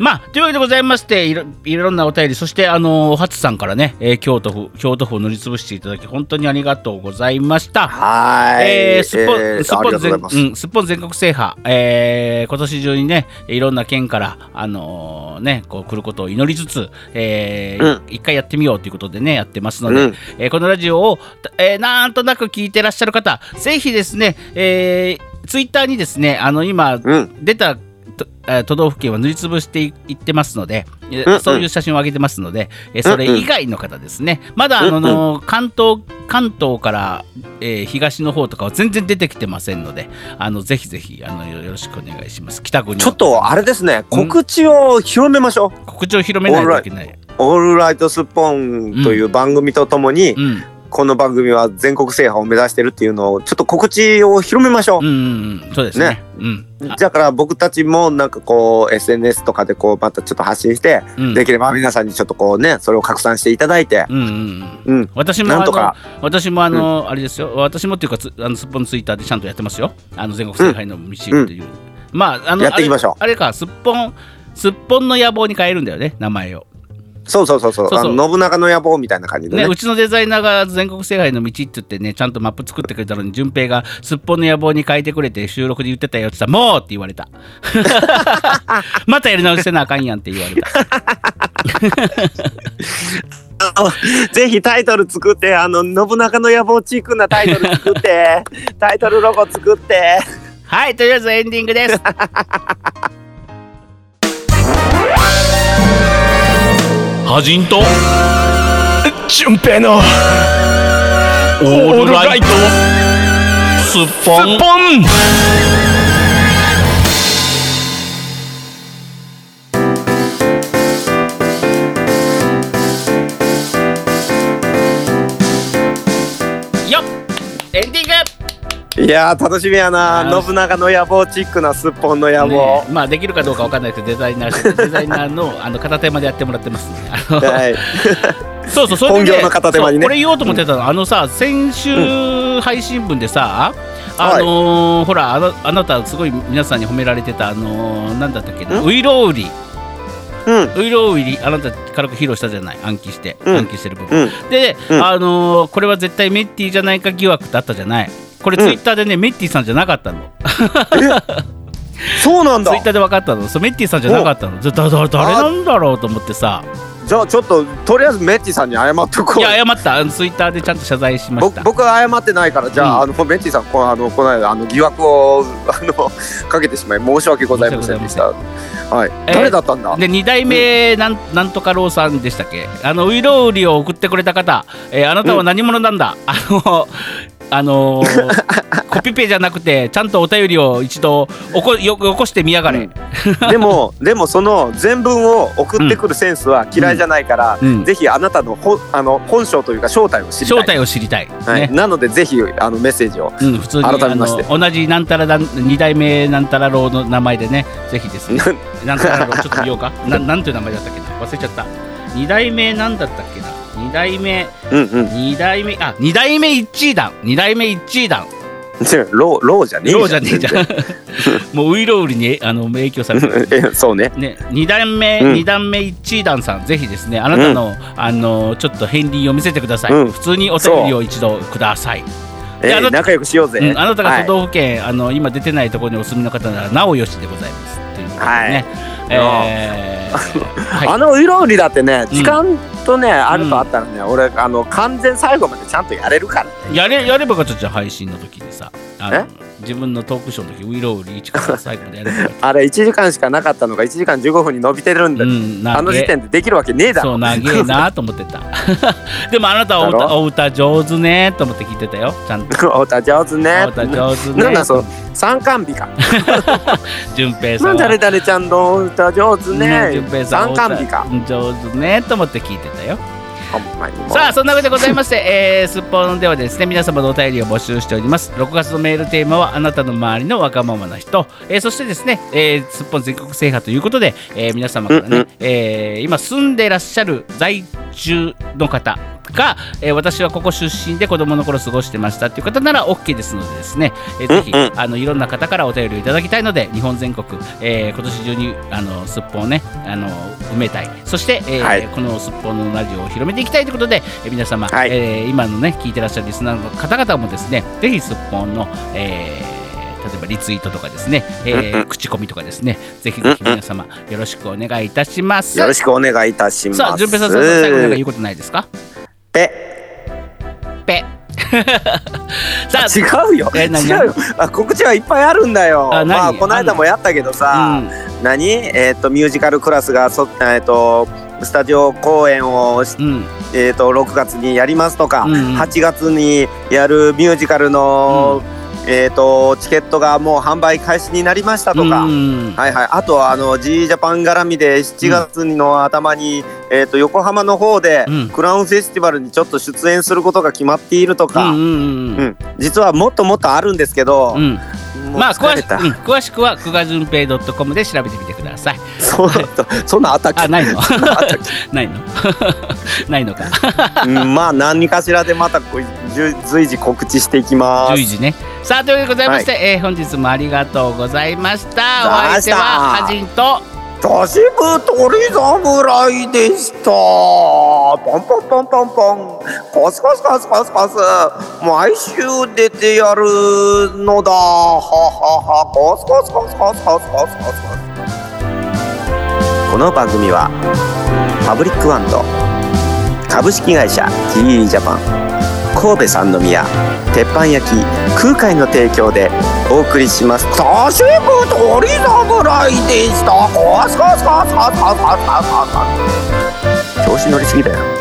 まあというわけでございましていろいろんなお便りそしてあのお初さんからね、えー京都府京都府を塗りつぶしていただき本当にありがとうございました。
はーい、
えーすっぽん
えー
すっ
あ
ぽ
り
ん
がとう
全
ございます、
うんすっぽん全国制覇、えー今年中にねいろんな県から、あのーね、こう来ることを祈りつつ、えー一回やってみようということでねやってますので、
うん
えーこのラジオを、えーなんとなく聞いてらっしゃる方ぜひですね、えー、ツイッターにですねあの今、
うん
出たとえー都道府県は塗りつぶしていいってますので、え
うんうん
そういう写真を上げてますので、えーそれ以外の方ですね、まだあの、関東関東から、えー東の方とかは全然出てきてませんのであのぜひぜひあのよよろしくお願いします北国の
ちょっとあれですね告知を広めましょう、
告知を広めないといけない、
オールライトスッポンという番組とともに、
うんうん
この番組は全国制覇を目指してるっていうのをちょっと告知を広めましょう
う、んうんそうですね
ね
うんあ
だから僕たちもなんかこう SNS とかでこうまたちょっと発信して、
うん
できれば皆さんにちょっとこうねそれを拡散していただいて、
うんうんうん
うん、
私もあ
なん
の
とか
私もあの、あれですよ私もっていうかつあのすっぽんツイッターでちゃんとやってますよあの全国制覇への道っていう、まああの
やっていきましょう
あれあれかすっぽんすっぽんの野望に変えるんだよね名前を
そうそうそうそう
そうそう
あの信長の野望みたいな感じで
ね
ね
うちのデザイナーが全国制覇への道って言ってねちゃんとマップ作ってくれたのに順平がすっぽんの野望に変えてくれて収録で言ってたよって言ったらもうって言われ た またやり直してなあかんやんって言われた
あのぜひタイトル作ってあの信長の野望チークなタイトル作って タイトルロゴ作って
はいとりあえずエンディングです
ハジンと純平のオールライトスッポン
よっエンディング
いやー楽しみやな
あー
信長の野望チックなすっぽんの野望
ね、まあできるかどうかわかんないけどデザイナ ーデザイナーのあの片手間でやってもらってますねあの
はい、
そうそうそれで
本業の片手間にね
そうこれ言おうと思ってたの、あのさ先週配信分でさ、あのーほらあのあなたすごい皆さんに褒められてたあのーなんだったっけなウイロウリ
うん
ウイロウリあなた軽く披露したじゃない暗記して、
うん
暗記してる部分、
うん
で、
うん
あのーこれは絶対メッティじゃないか疑惑だったじゃないこれ
うん
ツイッターでね、メッティさんじゃなかったの
そうなんだ
ツイッターで分かったのそうメッティさんじゃなかったのだだだ誰なんだろうと思ってさ
じゃあちょっととりあえずメッチさんに謝っとこう
いや謝ったあのツイッターでちゃんと謝罪しまし
僕
た
僕は謝ってないからじゃあ,、あのメッチさんこあのこの間あの疑惑をあの かけてしまい申し訳ございませんでした。はい、
えー
誰だったんだ。
で2代目なんなんとかろうさんでしたっけあのウイロウリを送ってくれた方、えーあなたは何者なんだ、あのあ のーコピペじゃなくてちゃんとお便りを一度起こよよこしてみやがれ、
でもでもその全文を送ってくるセンスは嫌いじゃないから、
うん
ぜひあなたのほあの本性というか正体を知りたい。
正体を知りたい、
はい、
ね
なのでぜひあのメッセージを。
うん、普通に
改めまして
あの同じなんたらだん2代目なんたらろうの名前でねぜひですねなんかなんかちょっと見よう か。ななんていう名前だったっけな忘れちゃった。二代目なんだったっけな二代目、
うんうん。
二代目、あ、二代目一位団。二代目一位団。
違うローローじゃねえ
ローじゃねえじゃん。もうウイロウリにあの影響されてる。
全然 えそうね。
ね、二段目、
うん
二段目一位団さん、ぜひですね、あなたの、あの、ちょっと片鱗を見せてください。
うん
普通にお便りを一度ください。
え
いやだっ
ー、
て
仲良くしようぜ。
うん、あなた
は
が
い
都道府県、あの今出てないところにお住みの方ならなおよしでございます。ということでね。えー はい
あのウイロウリだってね
うん
時間とね、あるとあったらね、俺あの完全最後までちゃんとやれるからね
やれやればよかったじゃん配信の時にさあの
え
自分のトークショーの時ウィロウリーチから最後までやれば よかった
あれ1時間しかなかったのが1時間15分に伸びてるんで、
うん
あの時点でできるわけねえだ
そ
ろ
う長えなと思ってた でもあなたはお
だ
歌
ろ
お歌上手ねと思って聞いてたよちゃんと
お歌上手ね
お歌上手
なん
ね
だそう三冠日か
順平さんは
誰々ちゃんのお歌上手ね
順平さん
三
お
冠日か
歌上手ねと思って聞いてたよ
ほんまにもう
さあそんなわけでございまして、 えー、すっぽんではですね皆様のお便りを募集しております6月のメールテーマはあなたの周りの若者の人、えー、そしてですね、えー、すっぽん全国制覇ということで、えー皆様からね、
うんうん
えー今住んでらっしゃる在中の方が、えー私はここ出身で子供の頃過ごしてましたっていう方なら OK ですのでですね、えーぜひ、
うんうん
あのいろんな方からお便りをいただきたいので日本全国、えー今年中にあのすっぽんをねあの埋めたいそして、えー
はい
このすっぽんのラジオを広めていきたいということで、えー皆様、
はい
えー今のね聞いてらっしゃるリスナーの方々もですねぜひすっぽんの、えー例えばリツイートとかですね、えー口コミとかですねぜひぜひ皆様よろしくお願いいたします。
よろしくお願いいたします。
さあ、順平さん、さん最後なんか言うことないですか
ペ
ペさあ、
違うよ。
え
違
何
うよ。あ告知はいっぱいあるんだよ。
あ何
まあこの間もやったけどさ。
うん
何えっ、とミュージカルクラスがそえっ、とスタジオ公演をし
うん、
えっ、と6月にやりますとか、
うんうん
8月にやるミュージカルの、えっ、とチケットがもう販売開始になりましたとか。
うん
はいはい、あとはあの G ジャパン絡みで7月の頭に、えー、と横浜の方で
うん
クラウンフェスティバルにちょっと出演することが決まっていると
う
か、
んうんうん
うん実はもっともっとあるんですけど、
うん、
もう
まあ詳
疲
し
れた、
く、うん、詳しくは久我淳平 .com で調べてみてください。
そうそんなあったっけ
あ、ないの
あったっ
ないのないのか。
けうんまあ何かしらでまたこう随随時告知していきます
10時ね。さあ、というわけでございまして、えー本日もありがとうございました。お
あ
相手は、
あ
はじんと、
女子部鳥侍でしたポンポンポンポンポンコスコスコスコスコス毎週出てやるのだはははコスコスコスコスコスコスコスコスこの番組はパブリックワンド株式会社 GE ジャパン神戸三宮鉄板焼き空海の提供でお送りします。多種部鳥侍でした。コスコスコスコスコスコスコスコス。調子乗りすぎだよ。